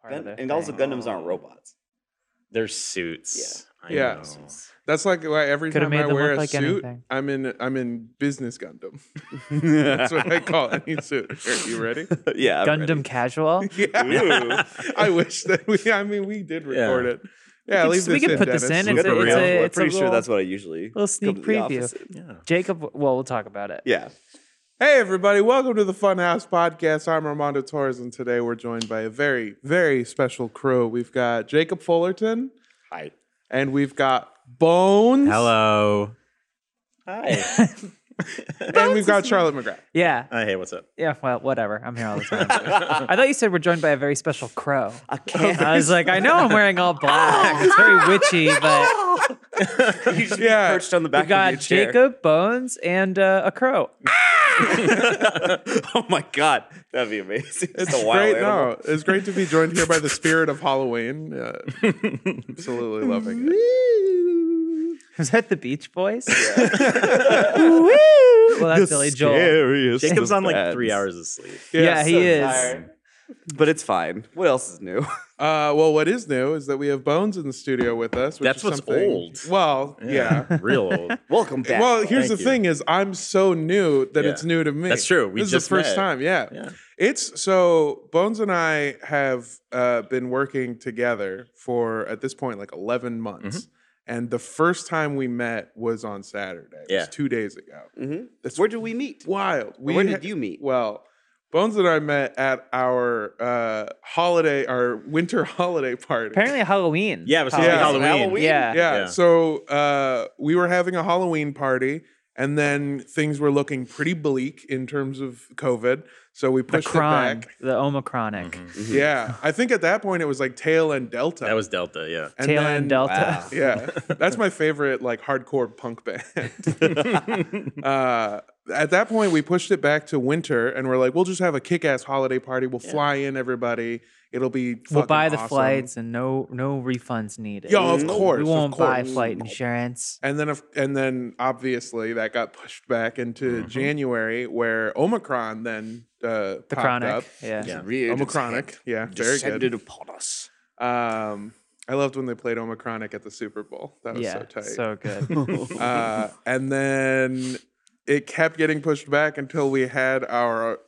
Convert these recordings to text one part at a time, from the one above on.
part Gun- of the and also, thing. Gundams aren't robots. They're suits. I Yeah. know. That's like why every Coulda time made I them wear look a like suit, anything. I'm in I'm in business Gundam. That's what I call any suit. Here, you ready? yeah. I'm ready. Gundam Casual. Yeah. I wish that we. I mean, we did record Yeah. it. Yeah, We can- leave we this can in, put this Dennis. in, I'm it's gonna a- be it's real. a- I'm it's a pretty sure little- that's what I usually little sneak come to the preview. office in. Yeah. Jacob, well, we'll talk about it. Yeah. Hey, everybody, welcome to the Funhouse Podcast. I'm Armando Torres, and today we're joined by a very, very special crew. We've got Jacob Fullerton, Hi. and we've got Bones. Hello. Hi. And we've got Charlotte McGrath. Yeah. Uh, hey, what's up? Yeah. Well, whatever. I'm here all the time. I thought you said we're joined by a very special crow. I can't. I was like, I know I'm wearing all black. It's very witchy, but You should be Yeah. perched on the we back got of your chair. Jacob, Bones, and uh, a crow. oh my god. That'd be amazing. It's a wild great. animal. No, it's great to be joined here by the spirit of Halloween. Uh, absolutely loving it. Is that the Beach Boys? Woo! Well, that's Billy Joel. Jacob's on like three hours of sleep. Yeah, he is. But it's fine. What else is new? Uh, well, what is new is that we have Bones in the studio with us. Which That's is what's something- old. Well, yeah. Real old. Welcome back. Well, here's Thank the you. thing: is I'm so new that Yeah. it's new to me. That's true. We this is just the met. first time. Yeah. Yeah. it's so Bones and I have uh, been working together for at this point like 11 months, and the first time we met was on Saturday. It Mm-hmm. Yeah. was two days ago. Mhm. That's where do we meet? wild. Where did you meet? Well, Bones and I met at our uh, holiday, our winter holiday party. Apparently, Halloween. Yeah, it was Halloween. Yeah. Halloween. Halloween. Yeah. yeah. Yeah. So uh, we were having a Halloween party, and then things were looking pretty bleak in terms of COVID. So we The pushed it Kron, back. Mm-hmm. the Omicronic. Yeah, I think at that point it was like Tail and Delta. Mm-hmm. That was Delta, yeah. and Tail then- end Delta. Wow. Yeah, that's my favorite like hardcore punk band. uh, at that point, we pushed it back to winter, and we're like, we'll just have a kick-ass holiday party. We'll fly in everybody. It'll be We'll fucking buy the awesome. flights and no no refunds needed. Yo, Mm-hmm. of course, we of won't buy course. flight insurance. And then, if, and then, obviously, that got pushed back into January, where Omicron then uh, Mm-hmm. The popped chronic, up. yeah. Yeah. Weird. Omicronic, yeah, very Descended good. upon us. Um, I loved when they played Omicronic at the Super Bowl. That was yeah, so tight. good. uh, and then it kept getting pushed back until we had our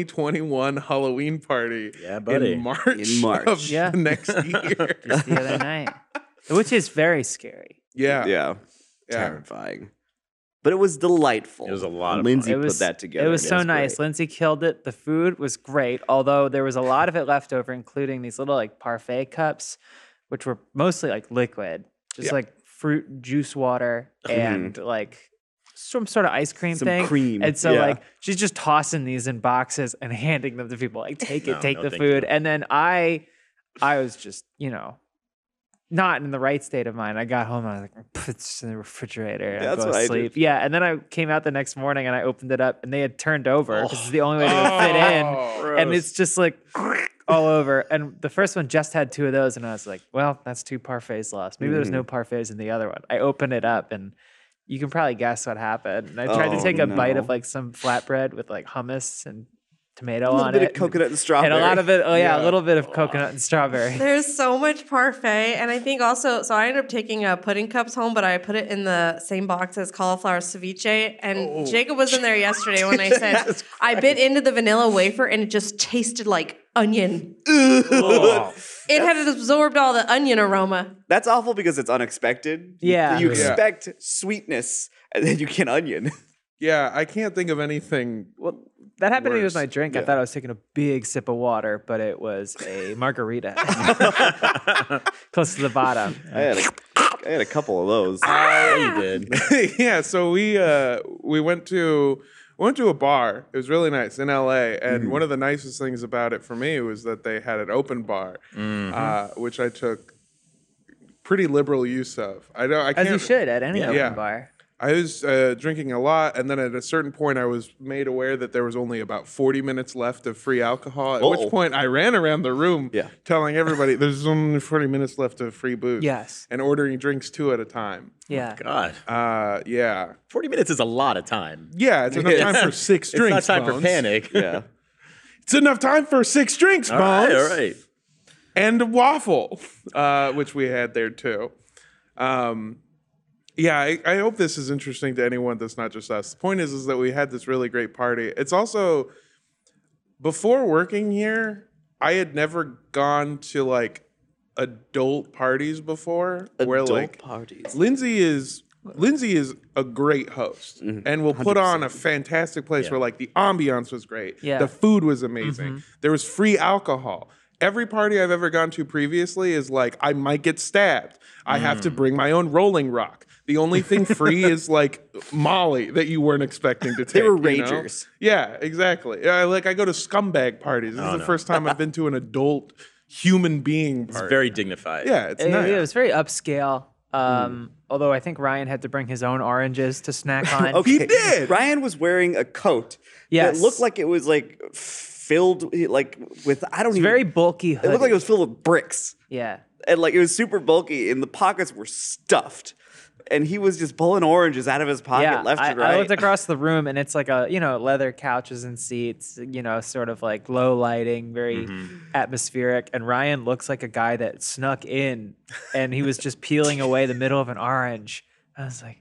2021 Halloween party Yeah, buddy. in March, In March. of Yeah. the next year. the other night, which is very scary. yeah, yeah, Yeah. Terrifying. But it was delightful. It was a lot of Lindsay It was put that together. It was and so nice. great. Lindsay killed it. The food was great, although there was a lot of it left over, including these little like parfait cups, which were mostly like liquid, just Yeah. like fruit juice water and like some sort of ice cream Mm-hmm. Some thing. cream, And so yeah. like she's just tossing these in boxes and handing them to people. Like take it, No, take no, the thank food. you. And then I I was just, you know, not in the right state of mind. I got home. I was like, "Pff, it's in the refrigerator. And That's I'll go what I did. sleep. Yeah. And then I came out the next morning and I opened it up and they had turned Oh. over because it's the only way they would fit in. And it's just like all over. And the first one just had two of those. And I was like, well, that's two parfaits lost. Maybe there's Mm-hmm. no parfaits in the other one. I opened it up and you can probably guess what happened. And I tried Oh, to take a bite no. of like some flatbread with like hummus and tomato A little on bit it. of and- coconut and strawberry. And a lot of it, oh yeah, a Yeah. little bit of coconut and strawberry. There's so much parfait, and I think also, so I ended up taking uh, pudding cups home, but I put it in the same box as cauliflower ceviche. And Jacob was in there yesterday when I said I bit into the vanilla wafer, and it just tasted like onion. It had absorbed all the onion aroma. That's awful because it's unexpected. You- Yeah. You Yeah. expect sweetness and then you get onion. yeah. I can't think of anything. Well, that happened to me with Worse. my drink. I thought I was taking a big sip of water, but it was a margarita close to the bottom. I had, a, I had a couple of those. Oh, Yeah, you did. yeah, so we uh, we went to we went to a bar. It was really nice in LA, and Mm-hmm. one of the nicest things about it for me was that they had an open bar, Mm-hmm. uh, which I took pretty liberal use of. I don't. I As can't. you should at any open Yeah. bar. I was uh, drinking a lot, and then at a certain point, I was made aware that there was only about 40 minutes left of free alcohol. At Uh-oh. which point, I ran around the room Yeah. telling everybody there's only 40 minutes left of free booze. Yes. And ordering drinks two at a time. Yeah. God. Uh, yeah. 40 minutes is a lot of time. Yeah, it's enough time for six It's drinks. not time Bones. for panic. Yeah. It's enough time for six drinks, all Bones. right, all right. and a waffle, uh, which we had there too. Um, yeah, I, I hope this is interesting to anyone that's not just us. The point is, is that we had this really great party. It's also before working here, I had never gone to like adult parties before, where Adult like parties. Lindsay is Lindsay is a great host Mm-hmm. and will put on a fantastic place where like the ambiance was great. Yeah. Mm-hmm. The food was amazing. There was free alcohol. Every party I've ever gone to previously is like I might get stabbed. I have Mm. to bring my own rolling rock. The only thing free is like Molly that you weren't expecting to take. were you know? ragers. Yeah, exactly. I, like I go to scumbag parties. Oh, This is the first time I've been to an adult human being party. It's very dignified. yeah, it's It, nice. it was very upscale. Um, Although I think Ryan had to bring his own oranges to snack on. Okay. He did. Ryan was wearing a coat Yes. that looked like it was like filled like with I don't It's even very bulky. It Hoodie. looked like it was filled with bricks. yeah. And like it was super bulky and the pockets were stuffed. And he was just pulling oranges out of his pocket Yeah, left I, and right. I looked across the room and it's like a you know leather couches and seats, you know, sort of like low lighting, very Mm-hmm. atmospheric. And Ryan looks like a guy that snuck in, and he was just peeling away the middle of an orange. I was like,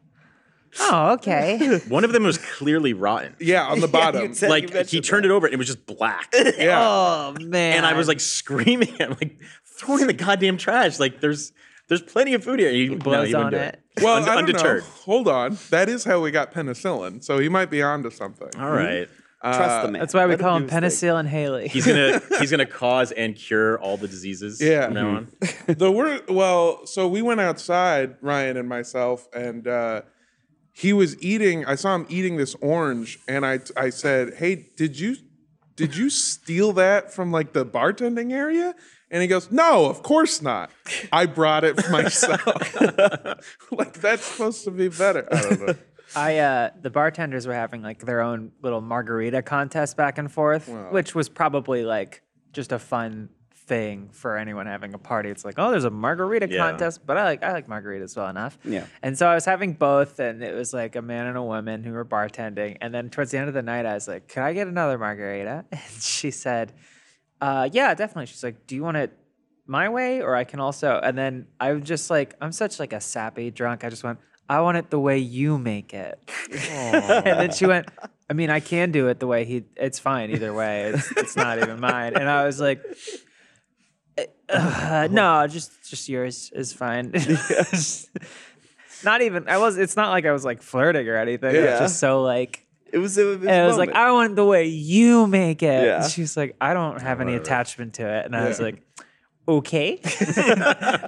oh okay, One of them was clearly rotten. Yeah, on the bottom. you'd say- you like he mentioned turned it over and it was just black. yeah. oh man. and I was like screaming, I'm like throw it in the goddamn trash. Like there's there's plenty of food here. He, no, blows he wouldn't on do it. Well, Un- I don't undeterred. know. Hold on. That is how we got penicillin, so he might be onto something. Uh, All right. Hmm? Trust the man. that's why we Let call do him his thing. Penicillin Haley. He's gonna he's gonna cause and cure all the diseases Yeah. from now on. the word. Well, so we went outside, Ryan and myself, and uh, he was eating. I saw him eating this orange, and I I said, "Hey, did you did you steal that from like the bartending area?" And he goes, "No, of course not. I brought it myself. like that's supposed to be better. I don't know. I uh, the bartenders were having like their own little margarita contest back and forth, which was probably like just a fun thing for anyone having a party. It's like, oh, there's a margarita Yeah. contest, but I like I like margaritas well enough. Yeah. And so I was having both, and it was like a man and a woman who were bartending. And then towards the end of the night, I was like, "Can I get another margarita?" And she said, uh, "Yeah, definitely." She's like, "Do you want it my way, or I can also?" And then I'm just like, I'm such like a sappy drunk. I just went, "I want it the way you make it." and then she went, "I mean, I can do it the way he. It's fine either way. It's, it's not even mine." And I was like. Uh, no, just just yours is fine. not even I was. It's not like I was like flirting or anything. It's Yeah. just so like It was it was, and I was like, I want the way you make it. Yeah. And she's like, I don't have any attachment to it. And I was Yeah. like, okay,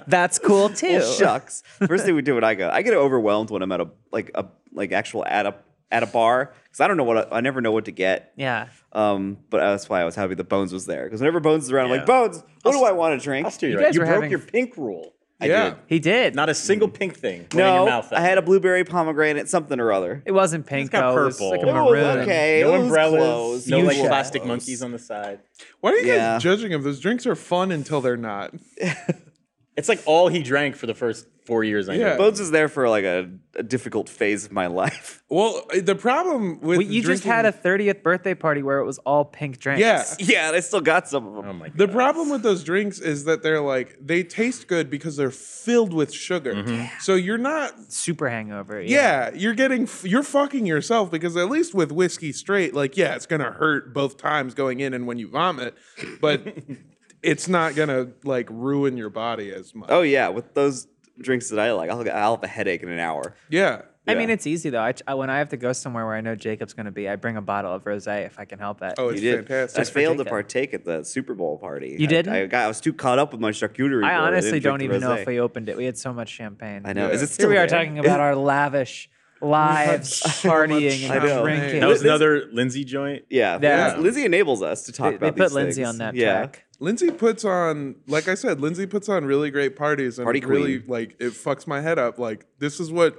that's cool too. shucks. First thing we do when I go, I get overwhelmed when I'm at a like a like actual at a at a bar because I don't know what I, I never know what to get. Yeah. Um, but that's why I was happy that Bones was there because whenever Bones is around, I'm like, Yeah. Bones, what do I want to drink? I'll steer you. You right. guys you were broke having- your pink rule. I Yeah. did. He did. Not a single Hmm. pink thing. went in No, your mouth I had a blueberry pomegranate, something or other. it wasn't pink got though. It was purple. like a It was maroon. okay. It no was umbrellas, close. no You like should. plastic monkeys on the side. Why are you Yeah. guys judging him? Those drinks are fun until they're not. It's like all he drank for the first four years. I knew. Yeah. him. Bones was there for like a, a difficult phase of my life. Well, uh, the problem with Well, you just had a 30th birthday party where it was all pink drinks. yeah. Yeah, and I still got some of them. Oh my god. The problem with those drinks is that they're like they taste good because they're filled with sugar. Mm-hmm. So you're not Super hangover. yeah, you're getting f- you're fucking yourself because at least with whiskey straight like yeah, it's going to hurt both times going in and when you vomit, but it's not going to like ruin your body as much. Oh yeah, with those drinks that I like, I'll, I'll have a headache in an hour. Yeah. I mean, Yeah. it's easy though. I, I, when I have to go somewhere where I know Jacob's going to be, I bring a bottle of rosé if I can help it. Oh, it's You did. fantastic. I failed to Jacob. partake at the Super Bowl party. You I- didn't? I, got, I was too caught up with my charcuterie. I board. honestly didn't don't drink even know rosé. if we opened it. We had so much champagne. I know. Yeah. Is it Here still we are there? talking about our lavish lives, so partying much and champagne. drinking. that was This- another Lindsay joint. Yeah, Yeah. Liz- Lindsay enables us to talk they, they about put these Lindsay things. on that yeah. track. Lindsay puts on, like I said, Lindsay puts on really great parties and Party it really queen. like it fucks my head up. Like this is what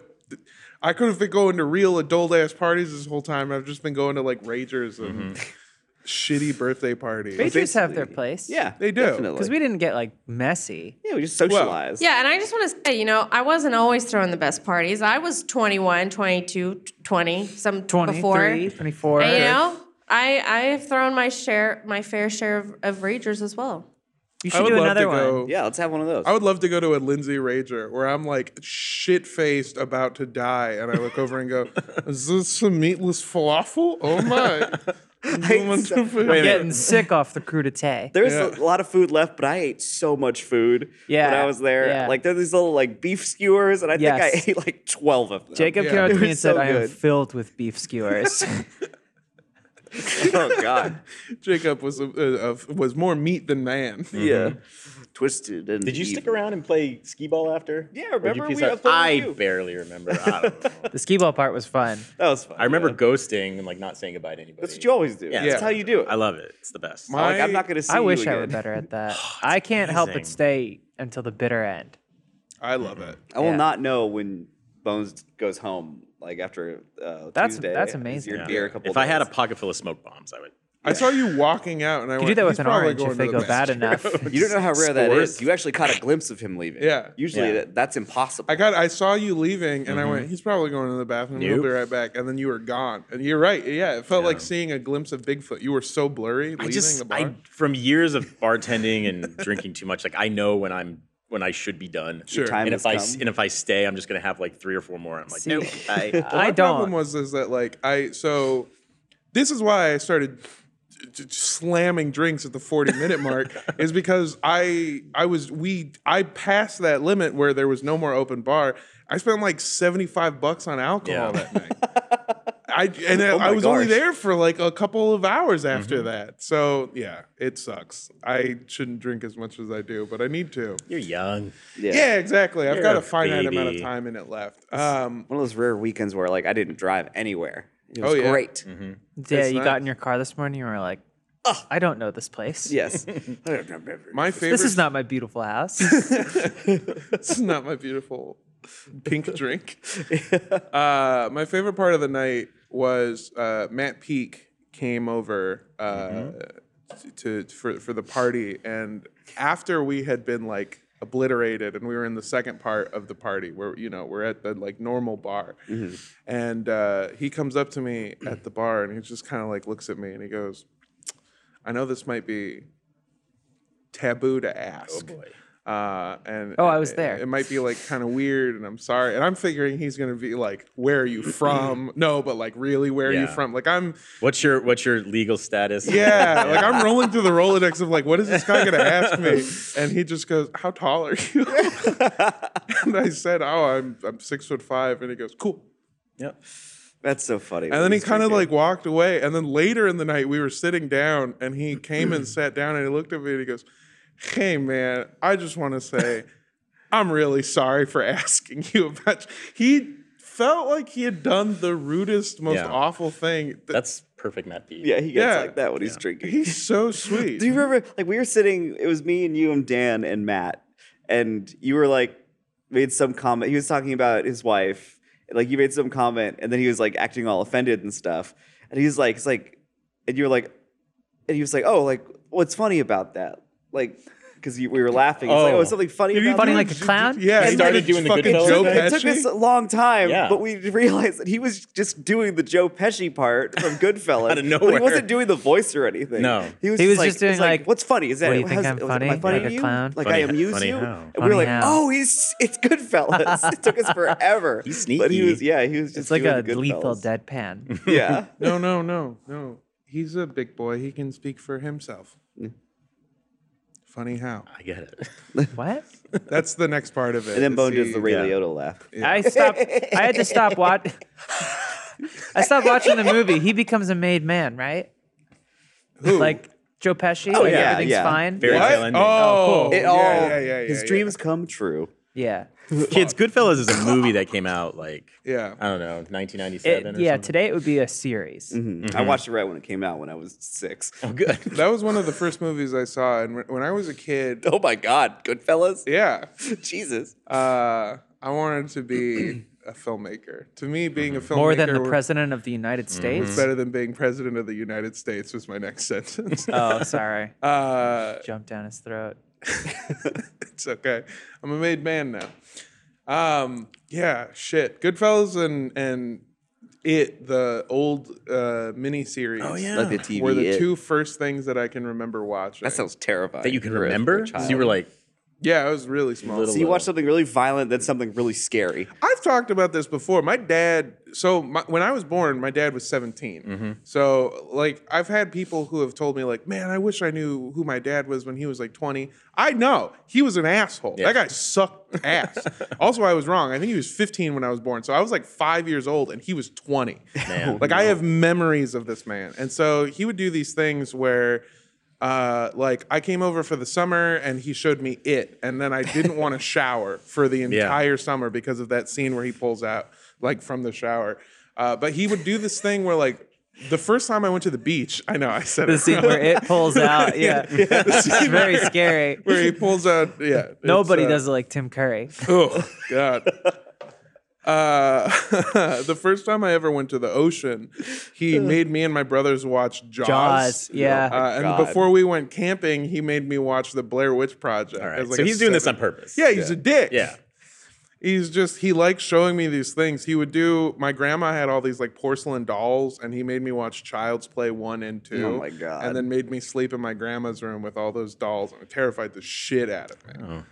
I could have been going to real adult ass parties this whole time. I've just been going to like ragers and Mm-hmm. shitty birthday parties. Ragers have their place. Yeah, They do. definitely. Because we didn't get like messy. yeah, we just socialize. Yeah, and I just want to say, you know, I wasn't always throwing the best parties. I was 21, 22, 20, some 23, before. 24. And, you know, I I have thrown my share, my fair share of, of ragers as well. You I should would do love another to one. go- Yeah, let's have one of those. I would love to go to a Lindsay Rager where I'm like shit faced about to die, and I look over and go, "Is this some meatless falafel? Oh my!" I'm getting sick off the crudité. There was Yeah. a lot of food left, but I ate so much food when Yeah, I was there. yeah. Like there are these little like beef skewers, and I Yes. think I ate like twelve of them. Jacob Yeah. came up to It me was and said, so "I am good. filled with beef skewers." oh god, Jacob was a, a, a- was more meat than man. yeah, Mm-hmm. twisted and. Did you evil. stick around and play skee ball after? Yeah, Or did remember you peace we- I out? played with I, you. barely remember. I, don't know. the skee ball part was fun. That was fun. I remember yeah. ghosting and like not saying goodbye to anybody. That's what you always do. Yeah. That's how you do it. I love it. It's the best. My- like I'm not gonna see. I wish you again. I were better at that. I can't help but amazing. stay until the bitter end. I love it. I will Yeah. not know when Bones goes home. Like after uh, That's- Tuesday, that's is amazing. Your Yeah. beer a couple. if I had a days. pocket full of smoke bombs, I would. I saw you walking out, and I You went, do that "He's with an probably orange going if they to go the bad bathroom." enough. you don't know how rare that Squirt. is. You actually caught a glimpse of him leaving. Yeah. usually Yeah. That, that's impossible. I got. I saw you leaving, and I Mm-hmm. went, "He's probably going to the bathroom. He'll Nope. be right back." And then you were gone. And you're right. Yeah, it felt like seeing a glimpse of Bigfoot. You were so blurry leaving I just the bar. I from years of bartending and drinking too much, like I know when I'm when I should be done. Sure. Time And has if I come. s- and if I stay, I'm just gonna have like three or four more. I'm like, See, nope. I, I My don't. problem was is that like I so this is why I started j- j- slamming drinks at the 40 minute mark is because I I was we I passed that limit where there was no more open bar. I spent like 75 bucks on alcohol Yeah. that night. I and I- Oh my I was only gosh. there for like a couple of hours after that. So, yeah, it sucks. I shouldn't drink as much as I do, but I need to. you're young. Yeah, exactly. I've got You're a a finite amount of baby. time in it left. Um, one of those rare weekends where like I didn't drive anywhere. It Oh, was yeah. great. Yeah, That's you nice. got in your car this morning and were like, "I don't know this place. Yes, I don't remember. my favorite This is not my beautiful house." It's not my beautiful pink drink. Uh, my favorite part of the night was uh, Matt Peak came over uh, to, for for the party, and after we had been like obliterated, and we were in the second part of the party where you know we're at the like normal bar, and uh, he comes up to me at the bar, and he just kind of like looks at me, and he goes, "I know this might be." Taboo to ask. Oh, Uh, and Oh, I was it- there. It, might be like kind of weird, and I'm sorry. And I'm figuring he's gonna be like, "Where are you from?" no, but like, really, where are you Yeah. from? Like, I'm What's your what's your legal status? yeah, like I'm rolling through the Rolodex of like, what is this guy gonna ask me? And he just goes, "How tall are you?" and I said, "Oh, I'm I'm six foot five. And he goes, "Cool." Yep. That's so funny. And then he kind of like walked away. And then later in the night, we were sitting down, and he came and sat down, and he looked at me, and he goes, "Hey, man, I just want to say, I'm really sorry for asking you about." He felt like he had done the rudest, most Yeah. awful thing. Th- That's perfect, Matt P. yeah, he gets Yeah. like that when he's drinking. He's so sweet. Do you remember? Like we were sitting. It was me and you and Dan and Matt, and you were like made some comment. He was talking about his wife. Like you made some comment, and then he was like acting all offended and stuff. And he's like, it's like, and you were like, and he was like, oh, like what's funny about that? Like, because we were laughing. It's like, Oh. oh, something funny about Funny that? like a clown? yeah, He he started did doing the fucking Goodfellas Joe thing. It took Pesci. us a long time, Yeah. but we realized that he was just doing the Joe Pesci part from Goodfellas. Out of But he nowhere. wasn't doing the voice or anything. No. he was, He just, was like, just doing, it's like, "What's funny? Is that "What do you think how's- I'm was- am I funny? funny Like to a you? clown?" Like Funny I ho- amuse funny you?" how. And we Funny were like, how. "Oh, he's it's Goodfellas." it took us forever. He's but he sneaky. was yeah, he was just it's like doing a the lethal Goodfellas. deadpan. Yeah, No, no, no, no. He's a big boy. He can speak for himself. Mm. Funny how. I get it. what? That's the next part of it. and then is Bone does he- the Ray yeah. Liotta laugh. I stopped. I had to stop watch. I stopped watching the movie. He becomes a made man, right? Who? Like Joe Pesci. like yeah, everything's yeah. fine. Fairy What? tale ending. Oh, It yeah, all yeah, yeah, yeah, his yeah. dreams come true. Yeah. Kids, Goodfellas is a movie that came out like Yeah. I don't know, 1997 It, or yeah. something. Today it would be a series. I Mm-hmm. watched it right when it came out when I was six. Oh, good. That was one of the first movies I saw, and when- when I was a kid, Oh my God, Goodfellas! yeah, Jesus. uh, I wanted to be a filmmaker. To me, being a filmmaker More than the was president of the United States. better than being president of the United States was my next sentence. Oh, sorry. Uh, Jump down his throat. it's okay. I'm a made man now. Um, yeah, shit. Goodfellas and and it, the old uh, miniseries. Oh, yeah. like the TV. Were the it. two first things that I can remember watching. That sounds terrifying. that you can for a- for a remember. So you child. were like, yeah, I was really small. Little So you watch something really violent, then something really scary. I've talked about this before. My dad, so my, when I was born, my dad was 17. Mm-hmm. So, like, I've had people who have told me, like, man, I wish I knew who my dad was when he was like 20. I know he was an asshole. Yeah. That guy sucked ass. also, I was wrong. I think he was 15 when I was born. So I was like five years old and he was 20. Man. like, I have memories of this man. And so he would do these things where, uh, like I came over for the summer and he showed me it, and then I didn't want to shower for the entire summer because of that scene where he pulls out like from the shower. Uh, but he would do this thing where like the first time I went to the beach, I know I said The it scene wrong. where it pulls out. Yeah. It's uh, very scary. where he pulls out yeah Nobody it's, uh, does it like Tim Curry. Oh God. Uh, the first time I ever went to the ocean, he made me and my brothers watch Jaws. Jaws, yeah. Uh, and God. before we went camping, he made me watch the Blair Witch Project. all right. as like so a he's doing this on seven- purpose. Yeah, he's a dick. Yeah. He's just he likes showing me these things. He would do. My grandma had all these like porcelain dolls, and he made me watch Child's Play one and two. Oh, my God. And then made me sleep in my grandma's room with all those dolls, and it terrified the shit out of me. Oh.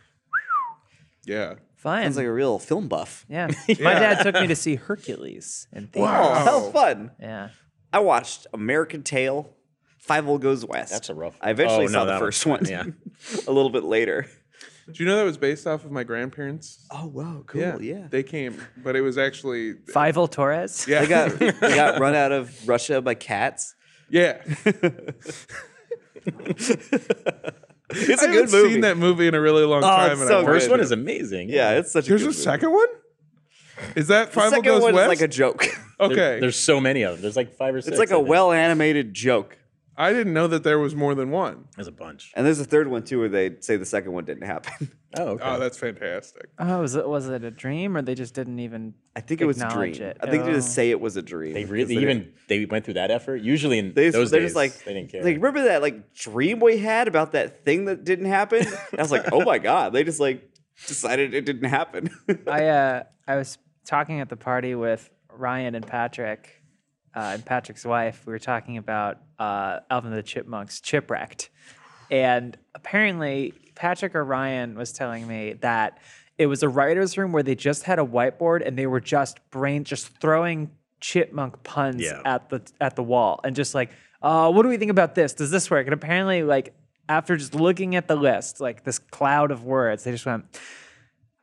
Yeah. Fine. Sounds like a real film buff. yeah. My dad took me to see Hercules in theaters. How fun! Yeah. I watched American Tail, Five Old Goes West. That's a rough. I eventually Oh, no, saw the that first one. one's fine, a little bit later. Do you know that was based off of my grandparents? Oh wow, cool. Yeah, They, They came, but it was actually Fivel Torres. yeah, got they got run out of Russia by cats. yeah. It's I a good haven't movie. Oh, seen that movie in a really long time. it's and so I First first good. one is amazing. Yeah, it's such There's a a good movie. second one. Is that The Five Will second Goes one West? is like a joke. okay, There- there's so many of them. There's like five or six. It's like I a think. well animated joke. I didn't know that there was more than one. There's a bunch. And there's a third one too where they say the second one didn't happen. Oh, okay. Oh, that's fantastic. Oh, was it, was it a dream or they just didn't even? I think it was a acknowledge dream. It. I think they just Oh. say it was a dream. they 'cause really didn't- even they went through that effort. Usually in They just, those they're days, just like they didn't care. Like remember that like dream we had about that thing that didn't happen? And I was like, oh my god, they just like decided it didn't happen. I uh, I was talking at the party with Ryan and Patrick, uh, and Patrick's wife. We were talking about uh, Alvin and the Chipmunks, Chipwrecked, and apparently Patrick or Ryan was telling me that it was a writer's room where they just had a whiteboard and they were just brain just throwing chipmunk puns Yeah. at the at the wall and just like, uh, what do we think about this? Does this work? And apparently, like after just looking at the list, like this cloud of words, they just went.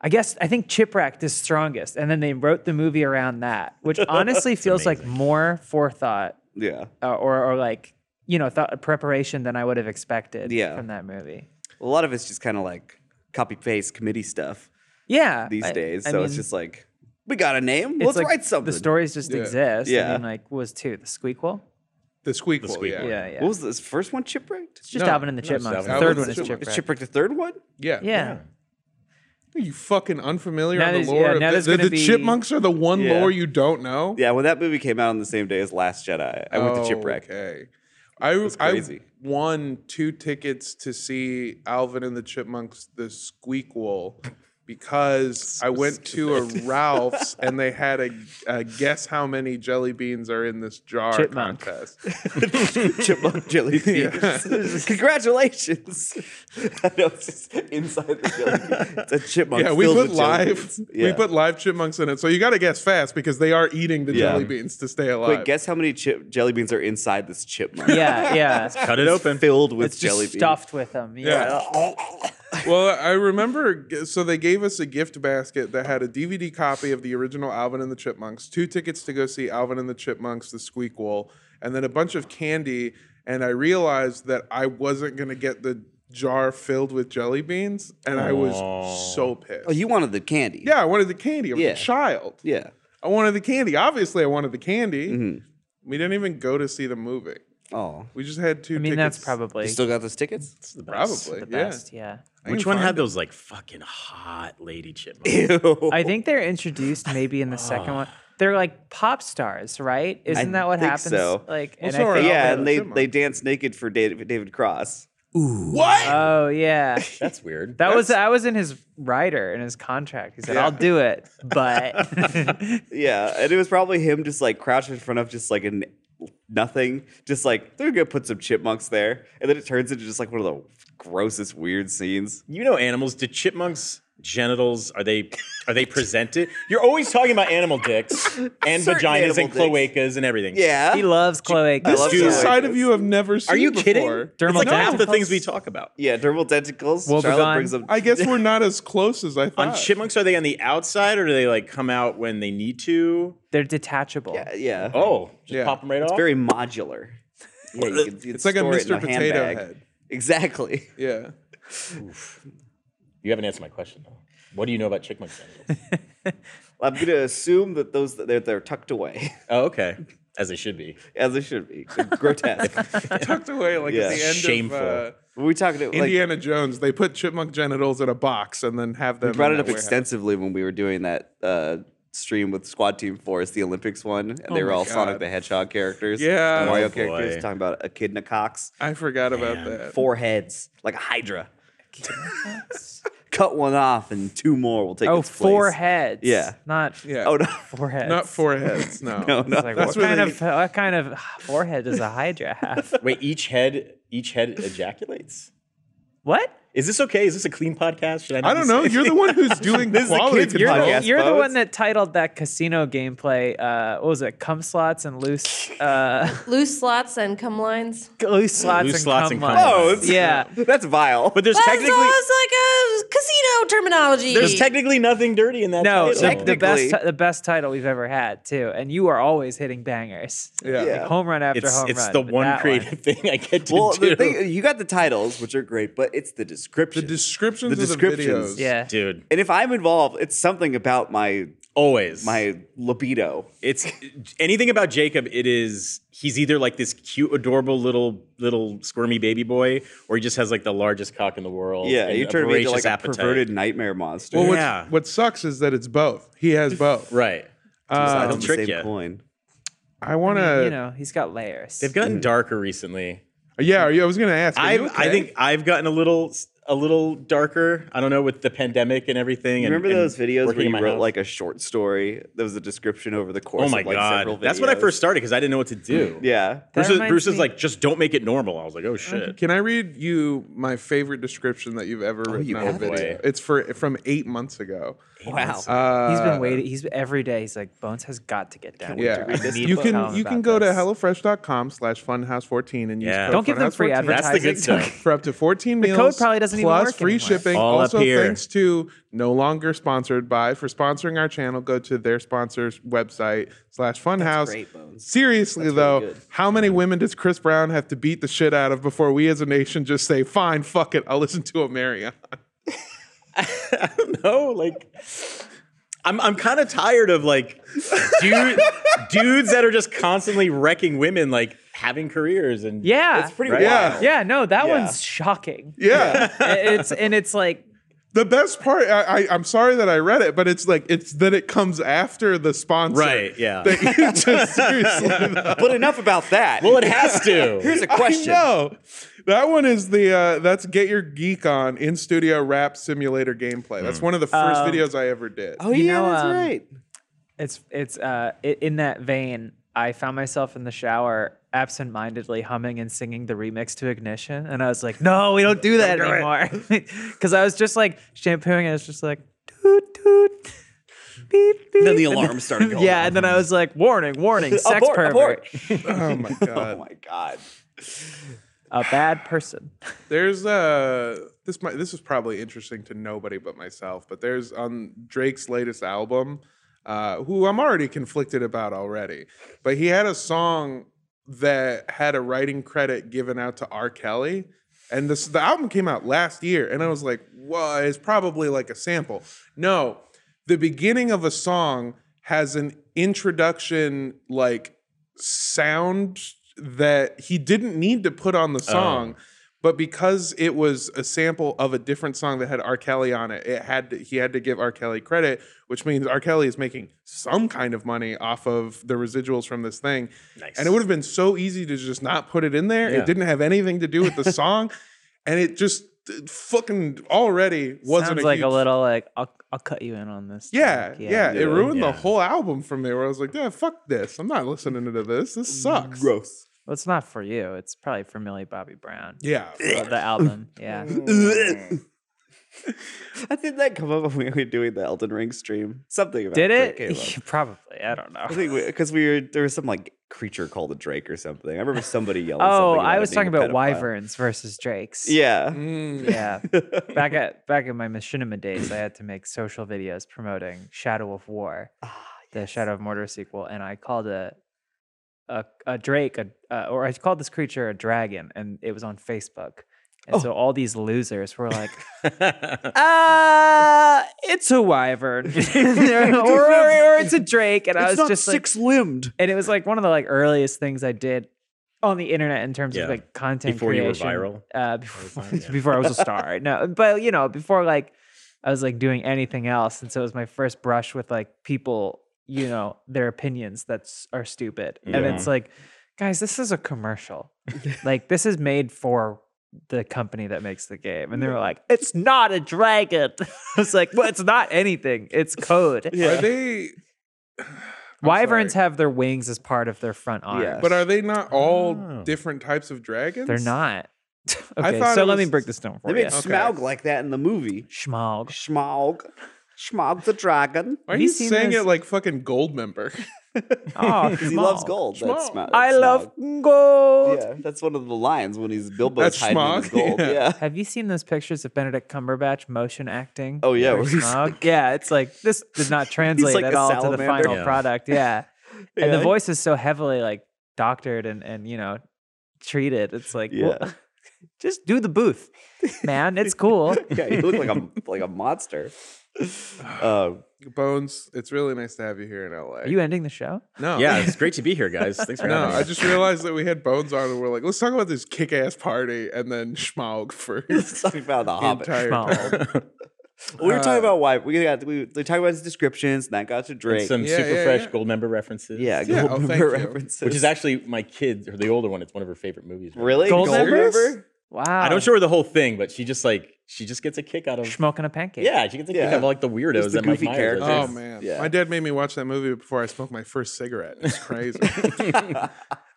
I guess I think Chipwrecked is strongest, and then they wrote the movie around that, which honestly feels like more forethought yeah. uh, or, or like you know thought preparation than I would have expected Yeah. from that movie. A lot of it's just kind of like copy paste committee stuff Yeah, these I- days. I so it's mean, just like, we got a name. it's Let's like write something. The stories just exist. I Yeah. Oh, mean, like was too the squeakquel. The squeak. The Squeakquel. Yeah. Yeah, yeah, yeah. What was this first one? Chipwrecked? it's just No, Alvin and the no, it's Chipmunks. Alvin The and the third one is Chipmunks. Chipwrecked. Is Chipwrecked the third one? Yeah. You fucking unfamiliar Now on the there's- lore. yeah, of now the- there's the, gonna the be- chipmunks are the one Yeah. lore you don't know. Yeah, when that movie came out on the same day as Last Jedi, I Oh, went to Chipwrecked. Okay. I, I crazy. won two tickets to see Alvin and the Chipmunks, the Squeakquel, because I went to a Ralph's and they had a, a guess how many jelly beans are in this jar Chipmunk. contest. Chipmunk Jelly Beans. Congratulations. I know it's just inside the jelly bean. It's a chipmunk. Yeah, we filled put with jelly live beans. Yeah. we put live chipmunks in it, so you got to guess fast because they are eating the Yeah. jelly beans to stay alive. Wait, guess how many chip, jelly beans are inside this chipmunk? yeah, yeah. Cut it open. Filled with It's jelly just beans. stuffed with them. Yeah. well, I remember. So they gave us a gift basket that had a DVD copy of the original Alvin and the Chipmunks, two tickets to go see Alvin and the Chipmunks: The Squeakquel, and then a bunch of candy. And I realized that I wasn't gonna get the jar filled with jelly beans, and I was so pissed. Oh, you wanted the candy. yeah, I wanted the candy. I was Yeah. a child. Yeah. Mm-hmm. I wanted the candy. Obviously, I wanted the candy. We didn't even go to see the movie. Oh. We just had two. I mean, that's tickets. probably You still got those tickets? It's the best. probably the yeah. best. Yeah. can Which one had find those like fucking hot lady chipmunks? I think they're introduced maybe in the second one. They're like pop stars, right? Isn't that what think happens? so. Like, and so I are think Alvin yeah, and and the they, Chipmunks. they dance naked for David, David Cross. What? Uh, Oh yeah. That's weird. That was I was in his rider in his contract. He said, "I'll do it, but Yeah, and it was probably him just like crouched in front of just like an nothing, just like they're gonna put some chipmunks there, and then it turns into just like one of the grossest weird scenes. You know animals. Do chipmunks genitals are they are they presented? You're always talking about animal dicks and Certain vaginas and animal cloacas dicks. and everything. Yeah, he loves cloaca." I love This is a that. side of you I've never seen Are you before. kidding? It's Dermal like half the tentacles? things we talk about. yeah, dermal tentacles. Woebegone. Charlotte brings up. I guess we're not as close as I thought. On chipmunks, are they on the outside or do they like come out when they need to? They're detachable. yeah, yeah. Oh, just Yeah. pop them right it's off. very modular. Yeah, you can, you can it's like a store it in Mr. Potato handbag. Head. Exactly. Yeah. you haven't answered my question though. What do you know about chipmunks? genitals? I'm gonna assume that those that they're, they're tucked away, oh, okay. As they should be. as they should be. Grotesque. Tucked away like Yeah. at the end Shameful. of uh, When we talked about like Indiana Jones. They put chipmunk genitals in a box and then have them. We brought in it up that warehouse. extensively when we were doing that uh, stream with Squad Team Force, the Olympics one, and they were my all Sonic God. the Hedgehog characters, Yeah. Mario Oh, boy. characters, talking about echidna cocks, I forgot about that. four heads like a hydra. Cut one off and two more will take Oh, its four place. heads. Yeah. Not Yeah. Oh no, four heads. Not four heads. No. no, no. It's like, That's what where kind they- of what kind of forehead does a hydra have? Wait, each head each head ejaculates? What? Is this okay? Is this a clean podcast? Should I? Not I be don't know. saying- You're the one who's doing This is the quality kid's- you're control. podcast. Yes, You're the Bones. one that titled that casino gameplay. Uh, what was it? Cum slots and loose, uh, Loose slots and cum lines. loose slots Loose and slots cum and cum lines. lines. Oh, it's- yeah. that's vile. But there's That's technically almost like a casino terminology. there's technically nothing dirty in that. No, title. the, the best Technically- the best title we've ever had too, and you are always hitting bangers, Yeah. Yeah. home run after it's home it's run. the but one that creative thing I get to well, do. the thing, you got the titles, which are great, but it's the The description. descriptions The of the descriptions. videos. Yeah, Dude, and if I'm involved, it's something about my always my libido. It's anything about Jacob. It is he's either like this cute, adorable little little squirmy baby boy, or he just has like the largest cock in the world. Yeah, and you a turn me into voracious like a appetite. perverted nightmare monster. Well, what's, Yeah. What sucks is that it's both. He has both. right? Besides They'll the trick same ya. coin. I want to. you know he's got layers. They've gotten darker recently. Yeah. Are you, I was gonna ask. are I I you okay? think I've gotten a little a little darker. I don't know with the pandemic and everything. and- Remember and those videos working where in you my wrote house? like a short story? There was a description over the course. oh my of, like, several god, that's when I videos. first started because I didn't know what to do. Yeah, That Bruce, is, reminds Bruce is me- like, just don't make it normal. I was like, oh shit. Can I read you my favorite description that you've ever written Oh, you on a have it. video? It's for from eight months ago. wow. he's been waiting. He's every day. He's like Bones has got to get down. wait to Yeah, read this need you to tell can him you can about go this. to hellofresh.com slash funhouse14 and use Yeah. code Don't give them Funhouse14 free That's the good Advertising. stuff. for up to 14 meals. code probably doesn't even plus work free anymore. shipping. All up also, here. thanks to no longer sponsored by for sponsoring our channel. Go to their sponsors website slash Funhouse. great, Bones. Seriously That's really though, good. how many women does Chris Brown have to beat the shit out of before we as a nation just say, "Fine, fuck it, I'll listen to a Marion." no, like I'm I'm kind of tired of like dude, dudes that are just constantly wrecking women, like having careers and Yeah, it's pretty Right? wild. Yeah. yeah. No, that Yeah. one's shocking. Yeah. it's and it's like The best part, I, I, I'm sorry that I read it, but it's like it's that it comes after the sponsor, Right, yeah. That you just seriously. But enough about that. Well, it has to. Here's a question. No, that one is the uh, that's get your geek on in studio rap simulator gameplay. That's one of the first videos I ever did. Oh You yeah, know, that's um, right. it's it's uh i- in that vein. I found myself in the shower absentmindedly humming and singing the remix to Ignition, and I was like, "No, we don't do that anymore," because I was just like shampooing, and I was just like, "Toot toot." Beep, beep. Then the and alarm started going yeah, and then I was like, "Warning, warning, sex abort, pervert, abort. Oh my Oh god! my god. a bad person." There's uh this might this is probably interesting to nobody but myself, but there's on Drake's latest album, uh, who I'm already conflicted about already, but he had a song that had a writing credit given out to R. Kelly. And this the album came out last year, and I was like, well, it's probably like a sample. No, the beginning of a song has an introduction like sound that he didn't need to put on the Oh. song, but because it was a sample of a different song that had R. Kelly on it, it had to, he had to give R. Kelly credit, which means R. Kelly is making some kind of money off of the residuals from this thing. Nice. And it would have been so easy to just not put it in there. Yeah. It didn't have anything to do with the song. and it just it fucking already wasn't Sounds like huge, a little like I'll, I'll cut you in on this. Yeah, track. yeah, it ruined Yeah. the whole album for me. Where I was like, "Yeah, fuck this. I'm not listening to this. This sucks." Gross. Well, it's not for you. It's probably for Millie Bobby Brown. Yeah, Uh, The album. Yeah. I think that come up when we were doing the Elden Ring stream. Something about Did Drake it? came up. probably. I don't know. I think because we, were there was some like creature called a Drake or something. I remember somebody yelling. Oh, something I it was being talking a about pedophile. wyverns versus drakes. Yeah. Mm. Yeah. back at back in my machinima days, I had to make social videos promoting Shadow of War, Ah, the Shadow of Mordor sequel, and I called a a, a drake, a, uh, or I called this creature a dragon, and it was on Facebook. Oh. And so all these losers were like, uh, it's a wyvern, or, or, or it's a drake. And I was just like, limbed. and it was like one of the like earliest things I did on the internet in terms Yeah. of like content Before you were creation. viral? Uh, before, viral, yeah. before I was a star. No, but you know, before like I was like doing anything else, and so it was my first brush with like people, you know, their opinions that s- are stupid, and Yeah. it's like, guys, this is a commercial. like this is made for the company that makes the game and they were like it's not a dragon i was like well it's not anything it's code Are they? wyverns have their wings as part of their front arms Yeah. But are they not all Oh. different types of dragons? They're not. okay, thought so it let me was- break this down for They made you. Okay. Smaug like that in the movie. Schmog. Schmaug. Schmaug the dragon. Why are Have you you seen saying this- it like fucking Goldmember? Oh, Because he loves Schmog. gold. That's Smaug. I Smaug. love gold. Yeah, that's one of the lines when he's Bilbo's That's hiding in his Schmaug, gold. yeah. Yeah. Have you seen those pictures of Benedict Cumberbatch motion acting? Oh, yeah, for where he's Schmog? yeah, it's like this did not translate like at a all to the salamander. final Yeah. product. Yeah. And the Yeah. voice is so heavily like doctored and and you know treated. It's like well, Yeah. just do the booth, man. It's cool. yeah, you look like a like a monster. Uh, Bones, it's really nice to have you here in LA. Are you ending the show? no, yeah, it's great to be here, guys. Thanks for No, having me. I just realized that we had Bones on, and we're like, let's talk about this kick-ass party, and then Schmaug for the let's talk about the Hobbit. entire Schmaug. time. we were talking about why we got we they talked about his descriptions, and that got to Drake. Some Yeah, super yeah, fresh yeah. gold member references. yeah, Yeah, oh, Goldmember thank you. references, Which is actually my kid, or the older one. It's one of her favorite movies. right really Gold members? Goldmember? Wow. now. I don't show her the whole thing, but she just like she just gets a kick out of Smoking a pancake. Yeah, she gets a kick Yeah. out of like the weirdos Just the that Mike goofy Myers is. Oh characters. man, Yeah. my dad made me watch that movie before I smoked my first cigarette. It's crazy. uh,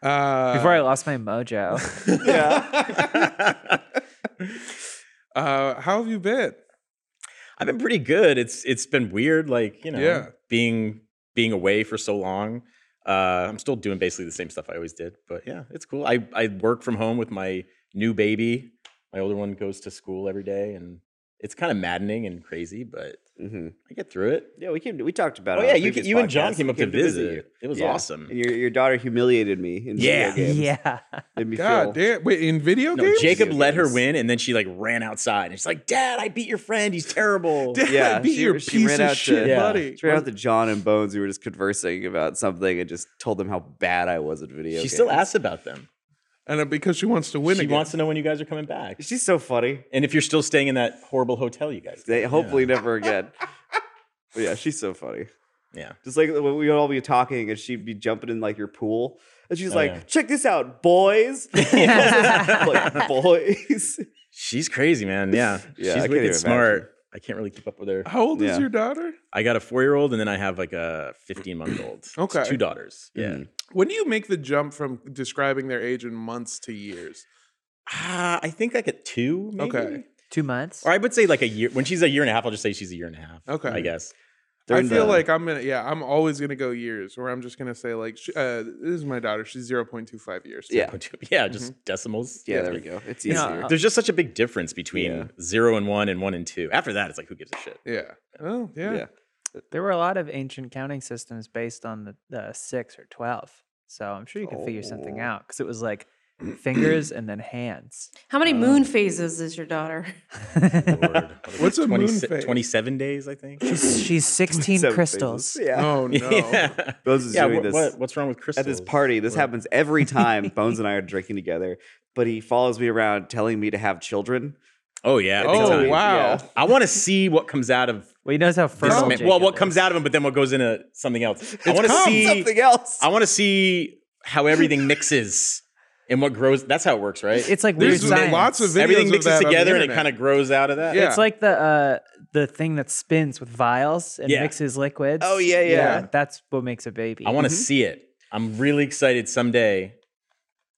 Before I lost my mojo. Yeah, uh, how have you been? I've been pretty good. It's it's been weird, like you know, Yeah. being being away for so long. Uh, I'm still doing basically the same stuff I always did, but yeah, it's cool. I I work from home with my new baby. My older one goes to school every day, and it's kind of maddening and crazy, but hmm I get through it. yeah. We came. We talked about. Oh it on yeah, a you previous you and John podcast. came We up to, visit. you. It was Yeah. awesome. And your your daughter humiliated me. In Yeah. video games. yeah. Made me feel- God damn! Wait, in video No, games? Jacob Video let her games. win, and then she like ran outside, and she's like, "Dad, I beat your friend. He's terrible." Dad, Yeah, beat she- your she piece ran of out shit, to- Yeah. buddy. Straight out to John and Bones, we were just conversing about something and just told them how bad I was at video. she games. still asks about them. And uh, because she wants to win she again. wants to know when you guys are coming back, She's so funny. and if you're still staying in that horrible hotel, you guys. They hopefully never again. but yeah, she's so funny. Yeah. Just like when we'd all be talking and she'd be jumping in like your pool. And she's Oh, like, yeah. check this out, boys. like, boys. She's crazy, man. Yeah. Yeah, I She's can't even wicked smart. imagine. I can't really keep up with her. How old is Yeah. your daughter? I got a four year old and then I have like a 15 month old. Okay. Two daughters. Yeah. Mhm. When do you make the jump from describing their age in months to years? Ah, I think like at two, maybe. Okay. Two months. Or I would say like a year. When she's a year and a half, I'll just say she's a year and a half. Okay. I guess. During I feel the- like I'm gonna yeah I'm always gonna go years where I'm just gonna say like sh- uh, this is my daughter she's zero point two five years Yeah. Yeah, Mm-hmm. just decimals. Yeah, there we go. It's Yeah. easier. There's just such a big difference between Yeah. zero and one and one and two. After that, it's like, who gives a shit? yeah oh yeah, Yeah. There were a lot of ancient counting systems based on the, the six or 12. So I'm sure you could figure something out because it was like fingers and then hands. How many moon phases is your daughter? Lord. What's a moon 26 phase? 27 days, I think. She's, she's 16 Seven crystals. faces. Yeah. oh no Yeah. Bones is Yeah, doing what, this what- what's wrong with at crystals? this party. This happens every time Bones and I are drinking together. But he follows me around telling me to have children. Oh, yeah. big oh time. wow Yeah. I want to see what comes out of Well, he knows how this fertile. man- Jacob well, what is. comes out of him, but then what goes into something else. I want to cum. see. Something else. I want to see how everything mixes. and what grows that's how it works, right? It's like There's weird science. lots of videos everything of mixes that on the together and it internet. kind of grows out of that. Yeah. It's like the uh, the thing that spins with vials and Yeah. mixes liquids. Oh yeah, yeah. Yeah. that's what makes a baby. I want to see it. I'm really excited someday.